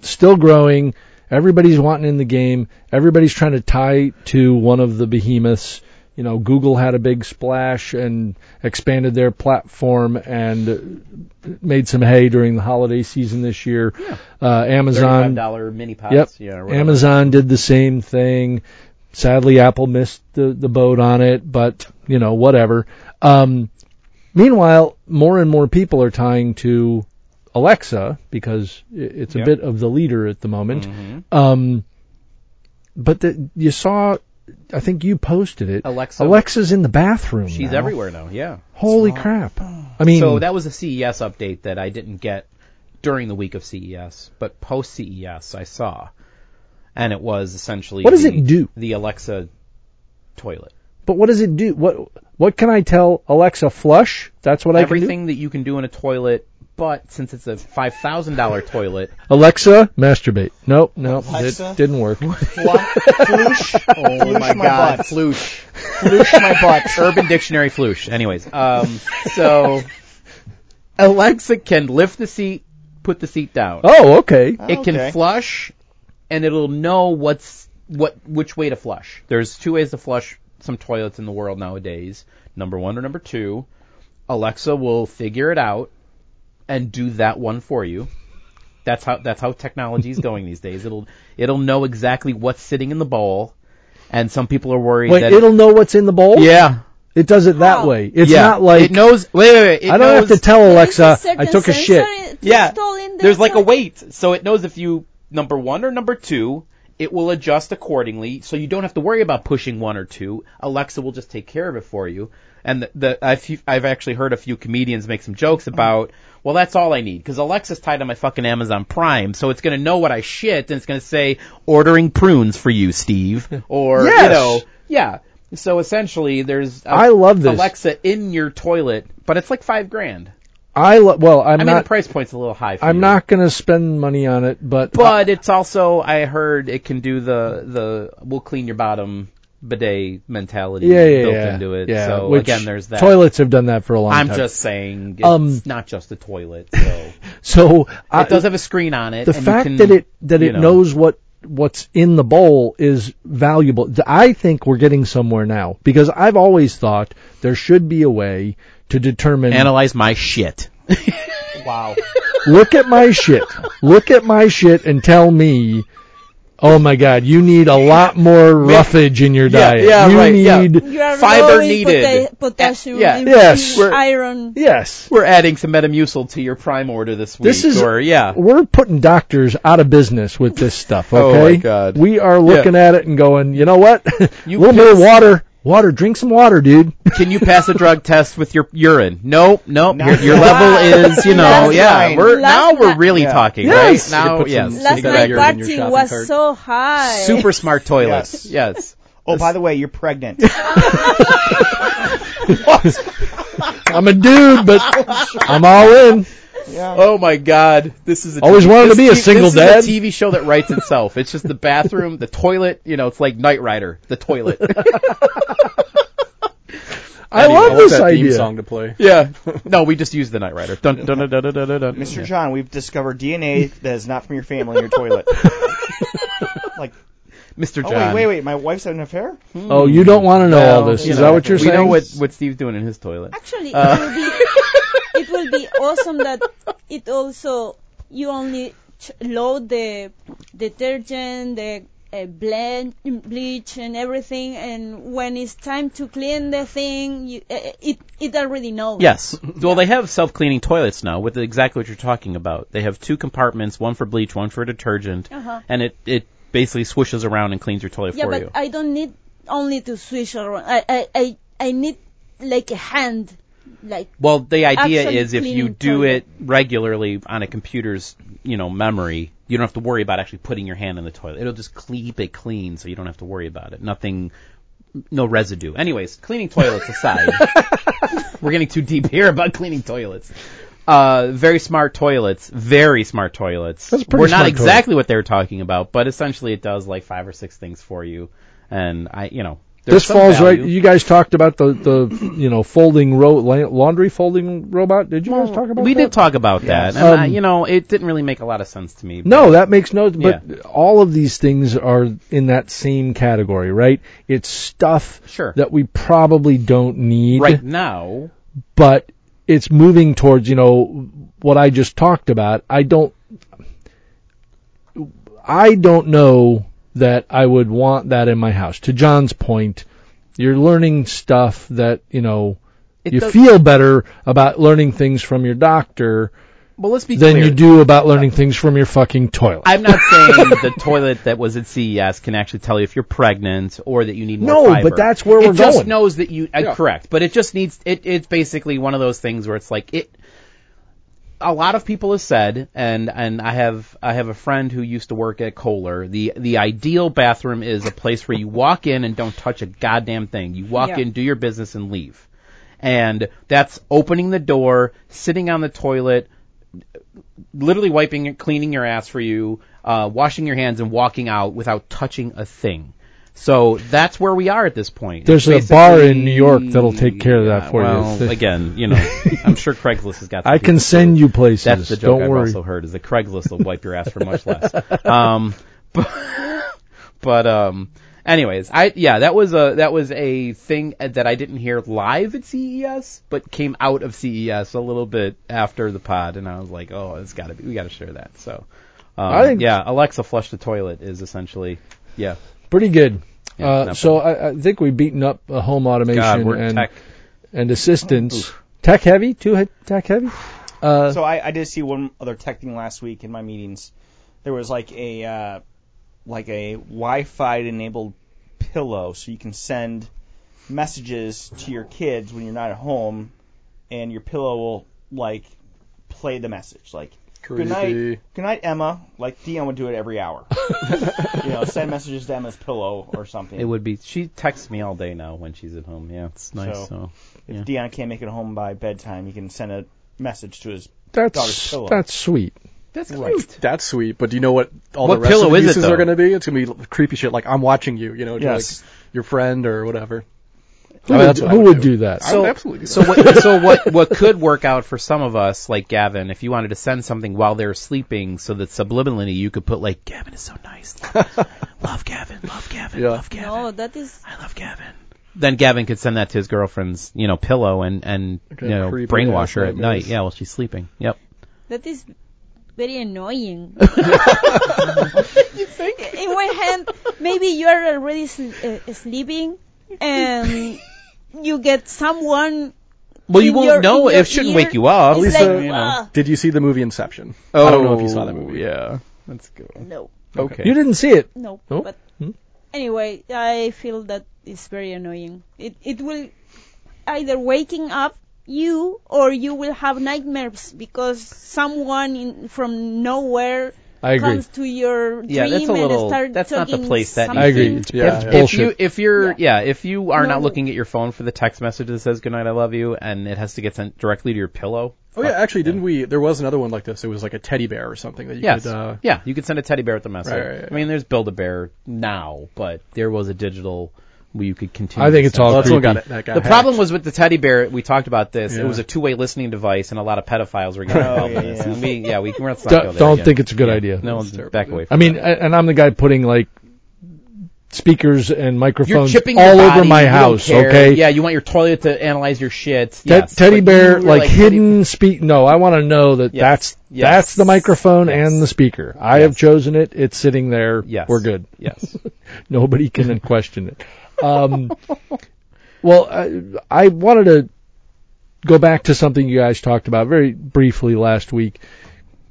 still growing. Everybody's wanting in the game. Everybody's trying to tie to one of the behemoths. You know, Google had a big splash and expanded their platform and uh, made some hay during the holiday season this year. Uh,
thirty-five
Amazon
dollar mini pods.
Yep.
Yeah, or whatever.
Amazon did the same thing. Sadly, Apple missed the, the boat on it, but you know, whatever. Um, meanwhile, more and more people are tying to Alexa because i- it's a
Yep. Mm-hmm.
bit of the leader at the moment. Um, but the, you saw, I think you posted it.
Alexa-
Alexa's in the bathroom.
She's
now. Hmm.
everywhere now. Yeah.
Holy crap! I mean,
So that was a CES update that I didn't get during the week of CES, but post CES I saw, and it was essentially
What does
the-
it do?
The Alexa toilet.
but what does it do? What what can I tell Alexa? Flush. That's what I can do.
Everything that you can do in a toilet, but since it's a five thousand dollar toilet,
Alexa, masturbate. Nope, nope,
Alexa?
it didn't work.
Floosh, oh my god,
floosh.
floosh my butt.
Urban Dictionary floosh. Anyways, um, so Alexa can lift the seat, put the seat down.
Oh, okay.
It can
Okay.
flush, and it'll know what's what which way to flush. There's two ways to flush some toilets in the world nowadays. Number one or number two. Alexa will figure it out and do that one for you. That's how that's how technology is going these days. It'll it'll know exactly what's sitting in the bowl, and some people are worried
Wait,
that
it'll know what's in the bowl?
yeah
It does it that
Wow.
way. It's
yeah.
not like
it knows. Wait, wait, wait. It
I don't
knows,
have to tell Alexa
There's certain
I took a
sensor
shit.
to
Yeah,
install in the
there's like a
toilet.
weight, so it knows if you number one or number two, it will adjust accordingly, so you don't have to worry about pushing one or two. Alexa will just take care of it for you. And the, the I've, I've actually heard a few comedians make some jokes
Mm-hmm.
about, well, that's all I need because Alexa's tied to my fucking Amazon Prime, so it's gonna know what I shit and it's gonna say ordering prunes for you, Steve, or you
Yes.
know, yeah. So essentially, there's a-
I love this.
Alexa in your toilet, but it's like five grand.
I lo- well, I'm
I mean,
not.
the price point's a little high. For
I'm
you.
not going to spend money on it, but
But it's also I heard it can do the the we'll clean your bottom bidet mentality
yeah, yeah,
built
yeah,
into it.
yeah,
so
which
again, there's that.
Toilets have done that for a long
I'm
time.
just saying, it's
Um,
not just a toilet. So
so I,
it does have a screen on it.
the
and you
fact
can,
that it that
you
it
know,
knows what what's in the bowl is valuable. Th- I think we're getting somewhere now because I've always thought there should be a way to determine.
analyze my shit.
Wow.
look at my shit. Look at my shit and tell me. Oh my God! You need a lot more roughage in your diet.
yeah,
you
right, yeah.
need
You are
Fiber
low in
needed.
pota- potassium,
Yeah.
in-
Yes.
in
We're-
iron.
yes.
We're adding some Metamucil to your prime order this week.
This is-
or yeah.
We're putting doctors out of business with this stuff.
Oh,
Okay.
my God.
We are looking at it and going, you know what? A
You
little more
piss-
water. Water. Drink some water, dude.
Can you pass a drug test with your urine? Nope, nope. Your, your
Not-
level is, you know,
Last
yeah.
night.
We're
Last
now we're
night.
really
Yeah.
talking,
Yes.
right? Now,
You put
yes.
some
Last
Take
Exactly.
that
night
urine in your
party
shopping
was
cart.
so high.
Super smart toilets.
Yes.
Yes.
Oh, by the way, you're pregnant.
I'm a dude, but I'm all in.
Oh my God! This is a
Always
TV
wanted to
this
be a
T-
single
this
dad.
Is a TV show that writes itself. It's just the bathroom, the toilet. You know, it's like Knight Rider, the toilet.
I
I
love
want
this
that
idea.
theme song to play.
yeah. No, we just use the Knight Rider. Dun dun dun dun dun dun. dun.
Mr. John, we've discovered DNA that is not from your family in your toilet. like,
Mr.
oh,
John.
wait, wait, wait. My wife's had an affair?
Oh, you don't want to know all
Well,
this.
you
Is
know,
that what you're
we
saying?
know what what Steve's doing in his toilet.
Actually,
Uh.
it will be it will be awesome that it also you only ch- load the detergent, the uh, blend, bleach, and everything, and when it's time to clean the thing, you, uh, it it already knows.
Yes. Well, they have self-cleaning toilets now with exactly what you're talking about. They have two compartments, one for bleach, one for detergent,
Uh-huh.
and it it basically swishes around and cleans your toilet
Yeah,
for
but
you.
I don't need only to swish around. I I I, I need like a hand, like
Well, the idea
Actually
is if you
cleaning
do
toilet.
it regularly on a computer's, you know, memory, you don't have to worry about actually putting your hand in the toilet. It'll just keep it clean, so you don't have to worry about it. Nothing, no residue. Anyways, cleaning toilets aside, we're getting too deep here about cleaning toilets. Uh, very smart toilets, very smart toilets.
That's a pretty
we're not
smart toilet.
exactly what they were talking about, but essentially it does like five or six things for you, and I, you know. there's
this
some
falls
value.
right. You guys talked about the the you know folding ro- la- laundry folding robot. Did you guys talk about?
we
that?
did talk about that, and
Um,
I, you know, it didn't really make a lot of sense to me.
No, that makes no. But all of these things are in that same category, right? It's stuff
Sure.
that we probably don't need,
right now,
but it's moving towards you know what I just talked about. I don't. I don't know that I would want that in my house. To John's point, you're learning stuff that you know.
it
you
does-
feel better about learning things from your doctor
Well, let's be
than
clear.
you do about learning things from your fucking toilet.
I'm not saying the toilet that was at CES can actually tell you if you're pregnant or that you need more
No, but
fiber.
that's where
it
we're
just
going.
knows that you. Uh,
Yeah.
Correct, but it just needs. It, it's basically one of those things where it's like it. A lot of people have said, and and I have I have a friend who used to work at Kohler. the The ideal bathroom is a place where you walk in and don't touch a goddamn thing. You walk
Yeah.
in, do your business, and leave. And that's opening the door, sitting on the toilet, literally wiping and cleaning your ass for you, uh, washing your hands and walking out without touching a thing. So that's where we are at this point.
There's a
Basically-
bar in New York that'll take care of that
Yeah,
for you.
well, again, you know, I'm sure Craigslist has got. some
I can
people
send
too.
you places.
That's the joke
Don't
I've
worry.
also heard is that Craigslist will wipe your ass for much less. Um, but, but um, anyways, I yeah, that was a that was a thing that I didn't hear live at CES, but came out of CES a little bit after the pod, and I was like, oh, it's got to be, we got to share that. So, um,
I think-
yeah, Alexa flush the toilet is essentially yeah.
Pretty good.
Yeah,
uh,
not
so I, I think we've beaten up uh, home automation
God, we're
and
tech.
and assistance. Tech heavy, too he- tech heavy. Uh,
So I, I did see one other tech thing last week in my meetings. There was like a uh, like a Wi-Fi enabled pillow, so you can send messages to your kids when you're not at home, and your pillow will like play the message, like good night,
Creepy.
good night, Emma. Like Dion would do it every hour. you know, send messages to Emma's pillow or something.
It would be. She texts me all day now when she's at home. Yeah, it's nice.
So-
So,
If
Yeah.
Dion can't make it home by bedtime, he can send a message to his. Daughter's
That's
pillow.
that's sweet.
that's
Right.
cute.
That's sweet, but do you know what all
What
the rest
pillow
of the
is it,
uses are
though?
going to be? It's going to be creepy shit like I'm watching you, you know, to,
Yes.
like your friend or whatever.
Who
I mean,
would,
that's what I
who
would
would
do.
do that?
I would absolutely do
so what, so what what could work out for some of us like Gavin if you wanted to send something while they're sleeping so that subliminally you could put like Gavin is so nice love Gavin love Gavin
Yeah.
love Gavin
No, that is
I love Gavin then Gavin could send that to his girlfriend's you know pillow and and
Okay,
you know
creepy
brainwash her
ass
at night
nightmares.
yeah while she's sleeping yep
that is very annoying. In one hand, maybe you are already sl- uh, sleeping, and you get someone.
well you
In
won't
your-
know
in your
it shouldn't
ear,
wake you up
it's
Lisa,
like,
you know.
"Ah,
Did you see the movie Inception?
oh
I don't know if you saw that movie.
yeah that's good
no,
okay
You didn't see it.
no.
Oh.
But
Hmm.
anyway, I feel that is very annoying. It it will either waking up you or you will have nightmares because someone in, from nowhere
I agree.
comes to your dream
Yeah, that's a little.
and start
That's not the
talking
place that.
something.
I agree.
If,
Yeah, yeah.
if
Bullshit.
you if you're yeah. if you are
No.
not looking at your phone for the text message that says "Good night, I love you" and it has to get sent directly to your pillow.
Oh yeah, actually, didn't we? There was another one like this. It was like a teddy bear or something that you
Yes.
could. Uh,
yeah, you could send a teddy bear with the message.
Right, right, right.
I mean, there's Build a Bear now, but there was a digital where you could continue.
I think
to
it's
send-
all
well, that's
creepy.
what got it. That got
The
hacked.
problem was with the teddy bear. We talked about this.
Yeah.
It was a two-way listening device, and a lot of pedophiles were getting
Oh,
involved in
yeah,
this.
yeah.
And we, yeah, we let's not
Don't-
go there
don't
again.
think it's a good
Yeah.
idea.
No,
That's terrible.
back away.
I
From
mean,
that.
a- and I'm the guy putting like speakers and
You're
microphones
chipping
all
your
over
body,
my
you don't
house.
care.
Okay.
Yeah, you want your toilet to analyze your shit.
Te-
yes,
teddy
but you
bear,
were
like,
teddy-
hidden speak. No, I want to know that
Yes.
that's
Yes.
that's the microphone
Yes.
and the speaker. I have chosen it. It's sitting there.
Yes.
we're good.
Yes.
Nobody can question it. Um, well, I, I wanted to go back to something you guys talked about very briefly last week,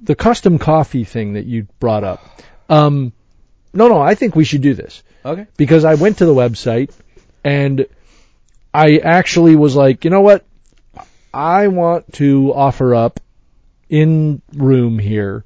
the custom coffee thing that you brought up. Um, no, no, I think we should do this
Okay.
because I went to the website and I actually was like, you know what? I want to offer up in room here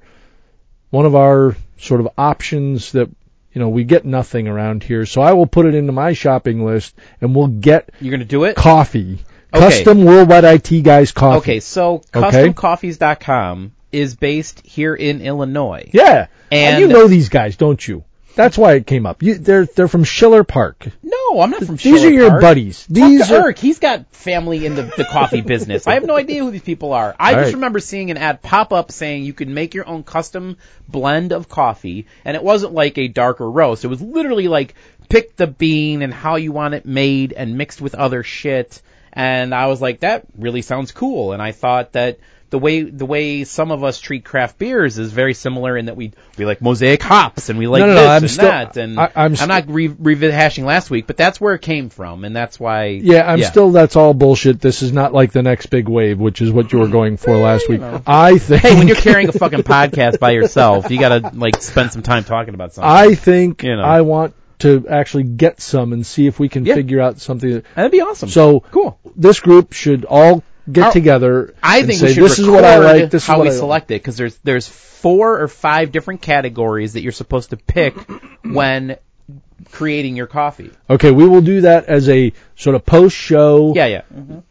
one of our sort of options that you know we get nothing around here so i will put it into my shopping list and we'll get
You're gonna do it.
coffee
Okay.
custom worldwide it guys coffee
Okay. So
Okay.
customcoffees.com is based here in Illinois.
yeah
And-
you know these guys don't you that's why it came up you, they're they're from schiller park
No, I'm not from.
these
Schiller
are your
Park.
buddies
Talk
these
to
are
Eric. He's got family in the, the coffee business. I have no idea who these people are. I
All
just
right.
remember seeing an ad pop up saying you can make your own custom blend of coffee, and it wasn't like a darker roast. It was literally like pick the bean and how you want it made and mixed with other shit. And I was like, that really sounds cool. And I thought that the way the way some of us treat craft beers is very similar in that we we like mosaic hops and we like
No, no, no,
this
I'm
and
still-
that. And
I- I'm st-
not re- rehashing last week, but that's where it came from, and that's why.
Yeah, I'm still. That's all bullshit. This is not like the next big wave, which is what you were going for last week. I think.
Hey, when you're carrying a fucking podcast by yourself, you gotta like spend some time talking about something.
I think
You know.
I want to actually get some and see if we can
Yeah.
figure out something. that-
That'd be awesome.
So
cool.
This group should all get
Our-
together.
I
and
think
say,
we should
this is
record
what I like. This
how
is what
we
I
select it because there's there's four or five different categories that you're supposed to pick when creating your coffee.
Okay, we will do that as a sort of post show.
Yeah, yeah.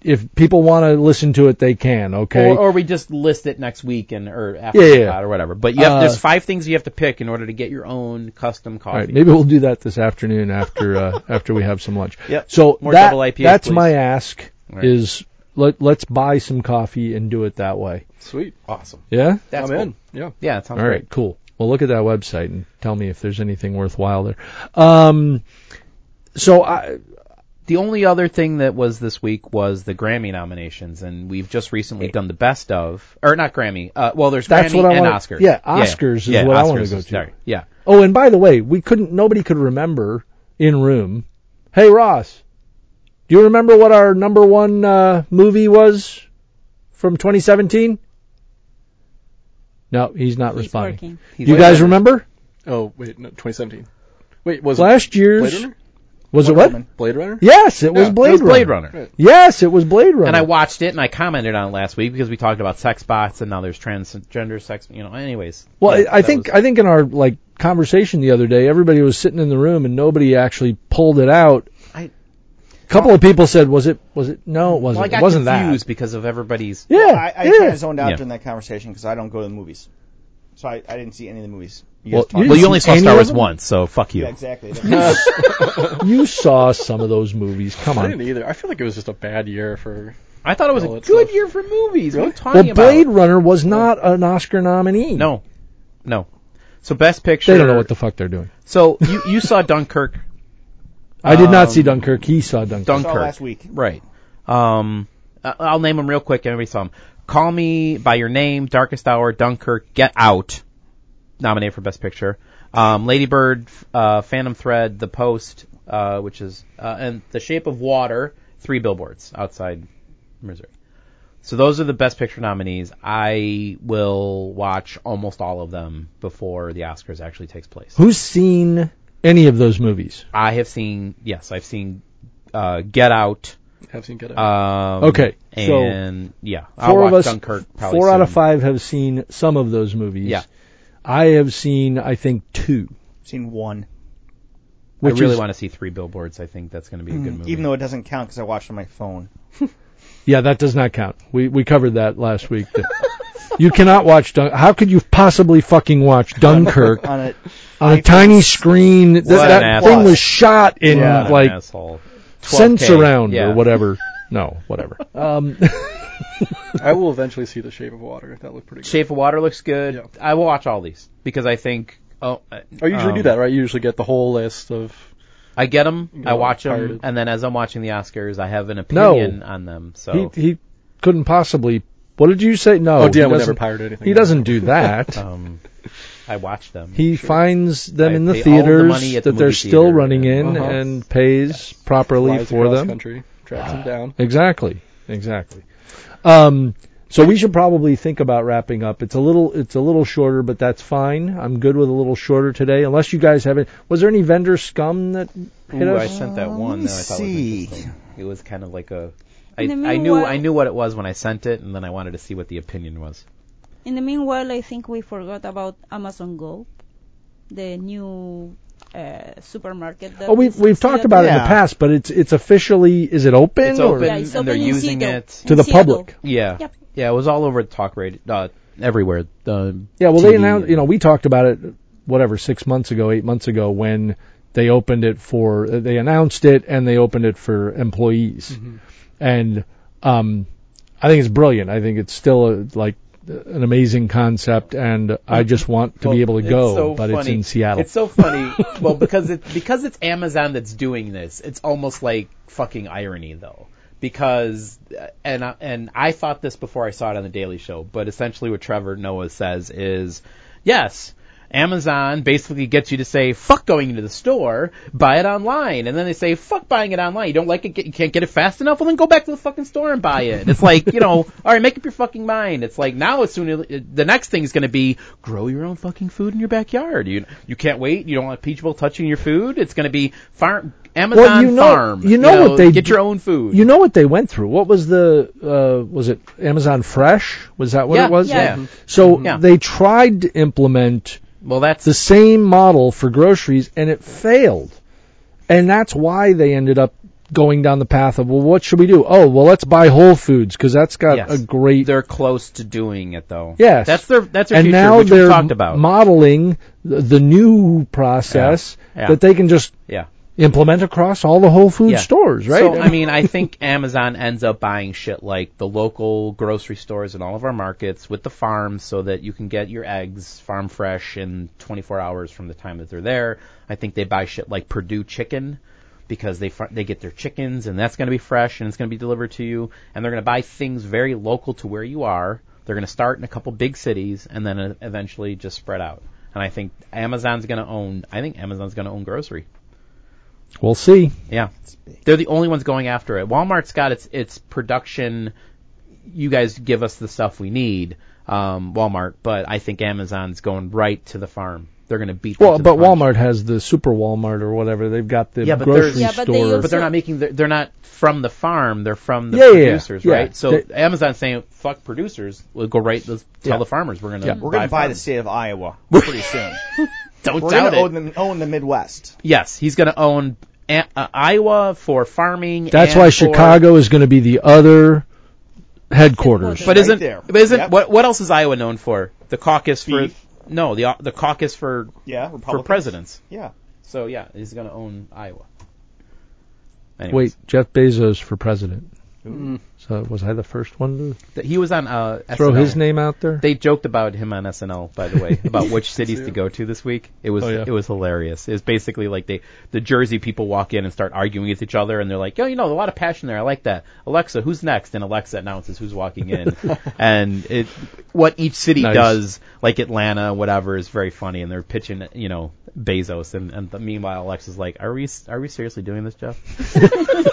If people want to listen to it, they can. Okay.
Or, or we just list it next week and or after
Yeah,
the
yeah.
pod or whatever. But you have,
Uh,
there's five things you have to pick in order to get your own custom coffee.
All right, maybe we'll do that this afternoon after uh, after we have some lunch.
Yep.
So
More
that,
double IPAs,
that's
please.
my ask
right.
is let, let's buy some coffee and do it that way.
Sweet.
Awesome.
Yeah?
That's
I'm
cool.
in. Yeah.
Yeah, that sounds
All
great.
right, cool. Well, look at that website and tell me if there's anything worthwhile there. Um, so I
the only other thing that was this week was the Grammy nominations, and we've just recently done the best of, or not Grammy. Uh, well, there's
That's
Grammy
what I
and
wanna-
Oscars.
yeah, Oscars is
yeah,
what I
Oscars
wanna go
is-
to.
Sorry. Yeah,
Oh, and by the way, we couldn't nobody could remember in room. Hey Ross, do you remember what our number 1 uh, movie was from 2017? No, he's not
He's
responding.
working.
He's
You
like-
guys remember?
Oh wait, no, 2017. Wait, was
Last
it
year's
Blade Runner?
was it what?
Blade Runner?
Yes, it was
Yeah, it
Blade
it was Blade
Runner.
Runner.
Right.
Yes, it was Blade Runner.
And I watched it and I commented on it last week because we talked about sex bots and now there's transgender sex. You know, anyways.
Well,
Yeah,
I I
that
think
was-
I think in our like conversation the other day, everybody was sitting in the room and nobody actually pulled it out.
I-
a couple of people said, "Was it? Was it? No, it wasn't.
well, I got
it wasn't
confused
that."
because of everybody's.
Yeah,
I, I
yeah.
kind of zoned out
Yeah.
during that conversation because I don't go to the movies, so I, I didn't see any of the movies. You
Well,
guys talked
you
Well, you
see
only saw
any
Star
of
Wars
them?
once, so fuck you.
Yeah, exactly. That's-
you saw some of those movies. Come
I
on.
didn't either. I feel like it was just a bad year for.
I thought it was
Well,
a
it's
good
a-
year for movies. What are you
Well,
talking
Blade
about? Oh.
Runner was not an Oscar nominee.
No, no. So best picture.
they don't know what the fuck they're doing.
So you you saw Dunkirk,
I did not
Um,
see Dunkirk. He saw Dunkirk.
Dunk-
saw
Kirk.
last week.
right? Um, I- I'll name them real quick. Everybody saw them. Call Me by Your Name, Darkest Hour, Dunkirk, Get Out, nominated for best picture. Um, Lady Bird, uh, Phantom Thread, The Post, uh, which is uh, and The Shape of Water, three billboards outside Missouri. So those are the best picture nominees. I will watch almost all of them before the Oscars actually takes place.
Who's seen any of those movies?
I have seen yes, I've seen uh, Get Out.
Have seen Get Out.
Um,
Okay, so
and yeah, I'll
Four
watch
of us,
Dunkirk. Probably
four out of
soon.
five have seen some of those movies.
Yeah.
I have seen, I think, two.
Seen
I
one,
Which
really
is-
want to see Three Billboards. I think that's going to be a good movie.
Mm, even though it doesn't count because I watched on my phone.
Yeah, that does not count. We we covered that last week. that you cannot watch Dun- How could you possibly fucking watch Dunkirk
on it.
on a tiny screen? That,
What
that
an asshole.
thing was shot in
What an
like
asshole. 12K,
sense around
yeah.
or whatever. No, whatever. Um,
I will eventually see The Shape of Water. That looked pretty good.
Shape of Water looks good.
Yeah.
I will watch all these because I think. Oh, I
I usually
um,
do that, right? You usually get the whole list of.
I get them, I
all
watch them,
tired.
and then as I'm watching the Oscars, I have an
No.
opinion on them. So
he he couldn't possibly. What did you say? No,
Oh, DM
he
would
doesn't-
never pirate anything.
He doesn't do that.
um, I watch them.
He finds them
I
in the
pay all the
theaters
money at
that
the
they're
movie
still
theater
running in
and-
Uh-huh.
and pays properly
Flies
for
across
them. Ah.
Country, tracks them down.
Exactly. Exactly. Um, so we should probably think about wrapping up. It's a little it's a little shorter, but that's fine. I'm good with a little shorter today. Unless you guys have it. Was there any vendor scum that hit
Ooh, I
us?
sent that one.
me
that I thought
see.
Was interesting. it was kind of like a. I,
In the
I knew I
meanwhile-
knew what it was when I sent it, and then I wanted to see what the opinion was.
In the meanwhile, I think we forgot about Amazon Go, the new uh, supermarket. That
Oh, we've
is
we've talked
set
about it in
up.
the
Yeah.
past, but it's it's officially is it open
It's
or
open,
Yeah, it's
and they're
open in
using
Seattle.
it
In
to the
Seattle.
public?
Yeah,
Yep.
yeah, it was all over talk radio, uh, everywhere. The
Yeah, well, they
TV
announced.
and-
You know, we talked about it, whatever, six months ago, eight months ago, when they opened it for. They announced it and they opened it for employees,
Mm-hmm.
and um, I think it's brilliant. I think it's still a, like an amazing concept, and I just want to
Well,
be able to
it's
go,
so
but it's
funny.
in Seattle.
It's so funny. well, because it because it's Amazon that's doing this, it's almost like fucking irony though. Because uh, and I, and I thought this before I saw it on the Daily Show, but essentially what Trevor Noah says is, yes. Amazon basically gets you to say fuck going into the store, buy it online, and then they say fuck buying it online. You don't like it, get, you can't get it fast enough. Well, then go back to the fucking store and buy it. It's like you know, all right, make up your fucking mind. It's like now as soon as the next thing is going to be grow your own fucking food in your backyard. You you can't wait. You don't want people touching your food. It's going to be farm Amazon
you know-
farm.
you know what they
get
do-
your own food.
you know what they went through? What was the uh, was it Amazon Fresh? Was that what
Yeah,
it was?
yeah. Mhm.
So
Yeah.
they tried to implement
well, that's
the same model for groceries and it failed. And that's why they ended up going down the path of, well, what should we do? Oh, well, let's buy Whole Foods because that's got
yes.
a great.
They're close to doing it though.
Yes.
that's their that's their
and
future,
now
which
they're
we talked about.
modeling the, the new process
Yeah. Yeah.
that they can just
yeah.
implement across all the Whole Foods
Yeah.
stores, right?
So I mean, I think Amazon ends up buying shit like the local grocery stores in all of our markets with the farms, so that you can get your eggs farm fresh in 24 hours from the time that they're there. I think they buy shit like Purdue chicken because they fr- they get their chickens and that's going to be fresh and it's going to be delivered to you, and they're going to buy things very local to where you are. They're going to start in a couple big cities and then uh, eventually just spread out. And I think Amazon's going to own. I think Amazon's going to own grocery.
we'll see.
Yeah, they're the only ones going after it. Walmart's got its its production. You guys give us the stuff we need. um, Walmart, but I think Amazon's going right to the farm. They're going to beat. them
Well,
to
but
the punch.
Walmart has the Super Walmart or whatever. They've got the
Yeah, but there's-
grocery
Yeah,
store.
but they use-
But they're not making. They're, they're not from the farm. They're from the
Yeah, yeah, yeah.
producers,
Yeah.
right? So
They-
Amazon's saying, "Fuck producers. We'll go right. Let's tell
Yeah.
the farmers we're gonna.
Yeah.
We're going to buy the
farms."
state of Iowa pretty soon.
Don't
We're
doubt
going
it.
to own the, own the Midwest.
yes, he's going to own a- uh, Iowa for farming.
That's
and
why
for-
Chicago is going to be the other headquarters.
Headquarters.
But
Right
isn't
there.
but isn't
Yep.
what what else is Iowa known for? The caucus
Beef.
for no the the caucus for
Yeah,
for
Republicans.
presidents.
Yeah.
So yeah, he's going to own Iowa. Anyways.
Wait, Jeff Bezos for president.
Mm-hmm.
Mm.
So was I the first one
Th- he was on uh,
to throw
SNL.
his name out there?
They joked about him on SNL, by the way, about which cities to go to this week. It was
Oh, yeah.
it was hilarious. It was basically like they the Jersey people walk in and start arguing with each other, and they're like, "Yo, you know, a lot of passion there. I like that." Alexa, who's next? And Alexa announces who's walking in, and it what each city
Nice.
does, like Atlanta, whatever, is very funny. And they're pitching, you know, Bezos, and and the, meanwhile, Alexa's like, "Are we s- are we seriously doing this, Jeff?"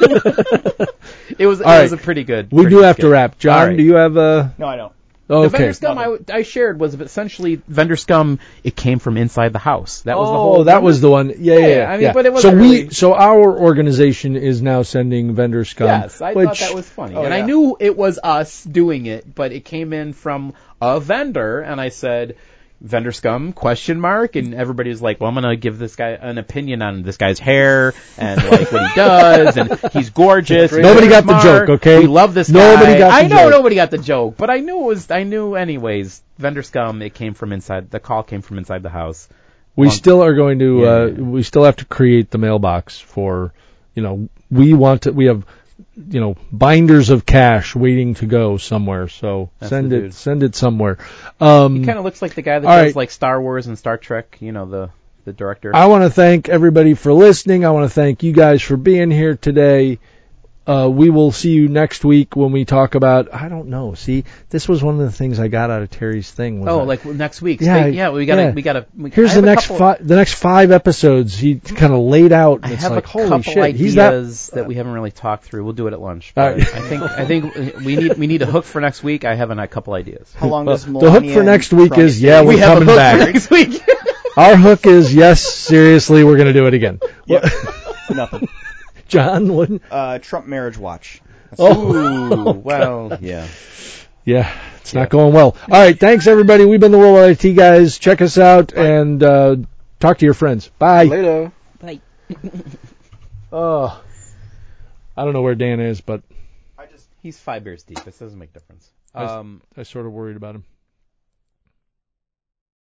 it was it
All
was a
right.
pretty good.
we
pretty
do
good
have to
skit.
wrap. John,
All right.
do you have a? Oh,
No, I don't.
The
Okay.
vendor scum I, I shared was essentially vendor scum. It came from inside the house. That was the
Oh,
whole.
that was the one. Yeah, yeah.
Yeah,
yeah,
I mean,
yeah.
but it
so
wasn't
we,
really-
so our organization is now sending vendor scum.
yes, I
which,
thought that was funny,
Oh,
and I
yeah.
knew it was us doing it, but it came in from a vendor, and I said, "Vendor scum?" Question mark, and everybody was like, "Well, I'm gonna give this guy an opinion on this guy's hair and like what he does, and he's gorgeous." and
Nobody
he's
got the
smart,
joke, okay?
we love this
Nobody
guy.
got the
I know
joke.
nobody got the joke, but I knew it was. I knew anyways. Vendor scum. It came from inside. The call came from inside the house.
we
Well,
still are going to.
yeah,
uh,
yeah.
We still have to create the mailbox for. You know, we want to. We have, you know, binders of cash waiting to go somewhere. So
That's
send
the
it.
dude.
Send it somewhere. Um,
kind of looks like the guy that
All
does
right.
like Star Wars and Star Trek. You know the the director.
I want to thank everybody for listening. I want to thank you guys for being here today. Uh, we will see you next week when we talk about. I don't know. See, this was one of the things I got out of Terry's thing. Was
oh,
that-
like well, next week. Yeah,
Yeah,
yeah. We gotta
yeah.
we gotta. We, I
here's the
have a
next
couple-
fi- the next five episodes. He kind of laid out. And
I
it's
have
like,
a
holy
couple
shit.
ideas
He's that.
that we haven't really talked through. We'll do it at lunch.
All
But
right.
I think I think we need we need a hook for next week. I have an, a couple ideas.
How long does
the hook for
Melania
next week
Trump
is
stay?
yeah, we're
we have a
coming
hook
back.
for next week.
Our hook is yes, seriously, we're gonna do it again.
Yeah. Nothing.
John, what?
Uh, Trump marriage watch.
Ooh, well, yeah.
Yeah, it's not going well. All right, thanks everybody. We've been the Worldwide IT guys. Check us out and uh, talk to your friends. Bye.
Later.
Like,
Oh, I don't know where Dan is, but
He's five beers deep. This doesn't make difference.
I s-
Um,
I sort of worried about him.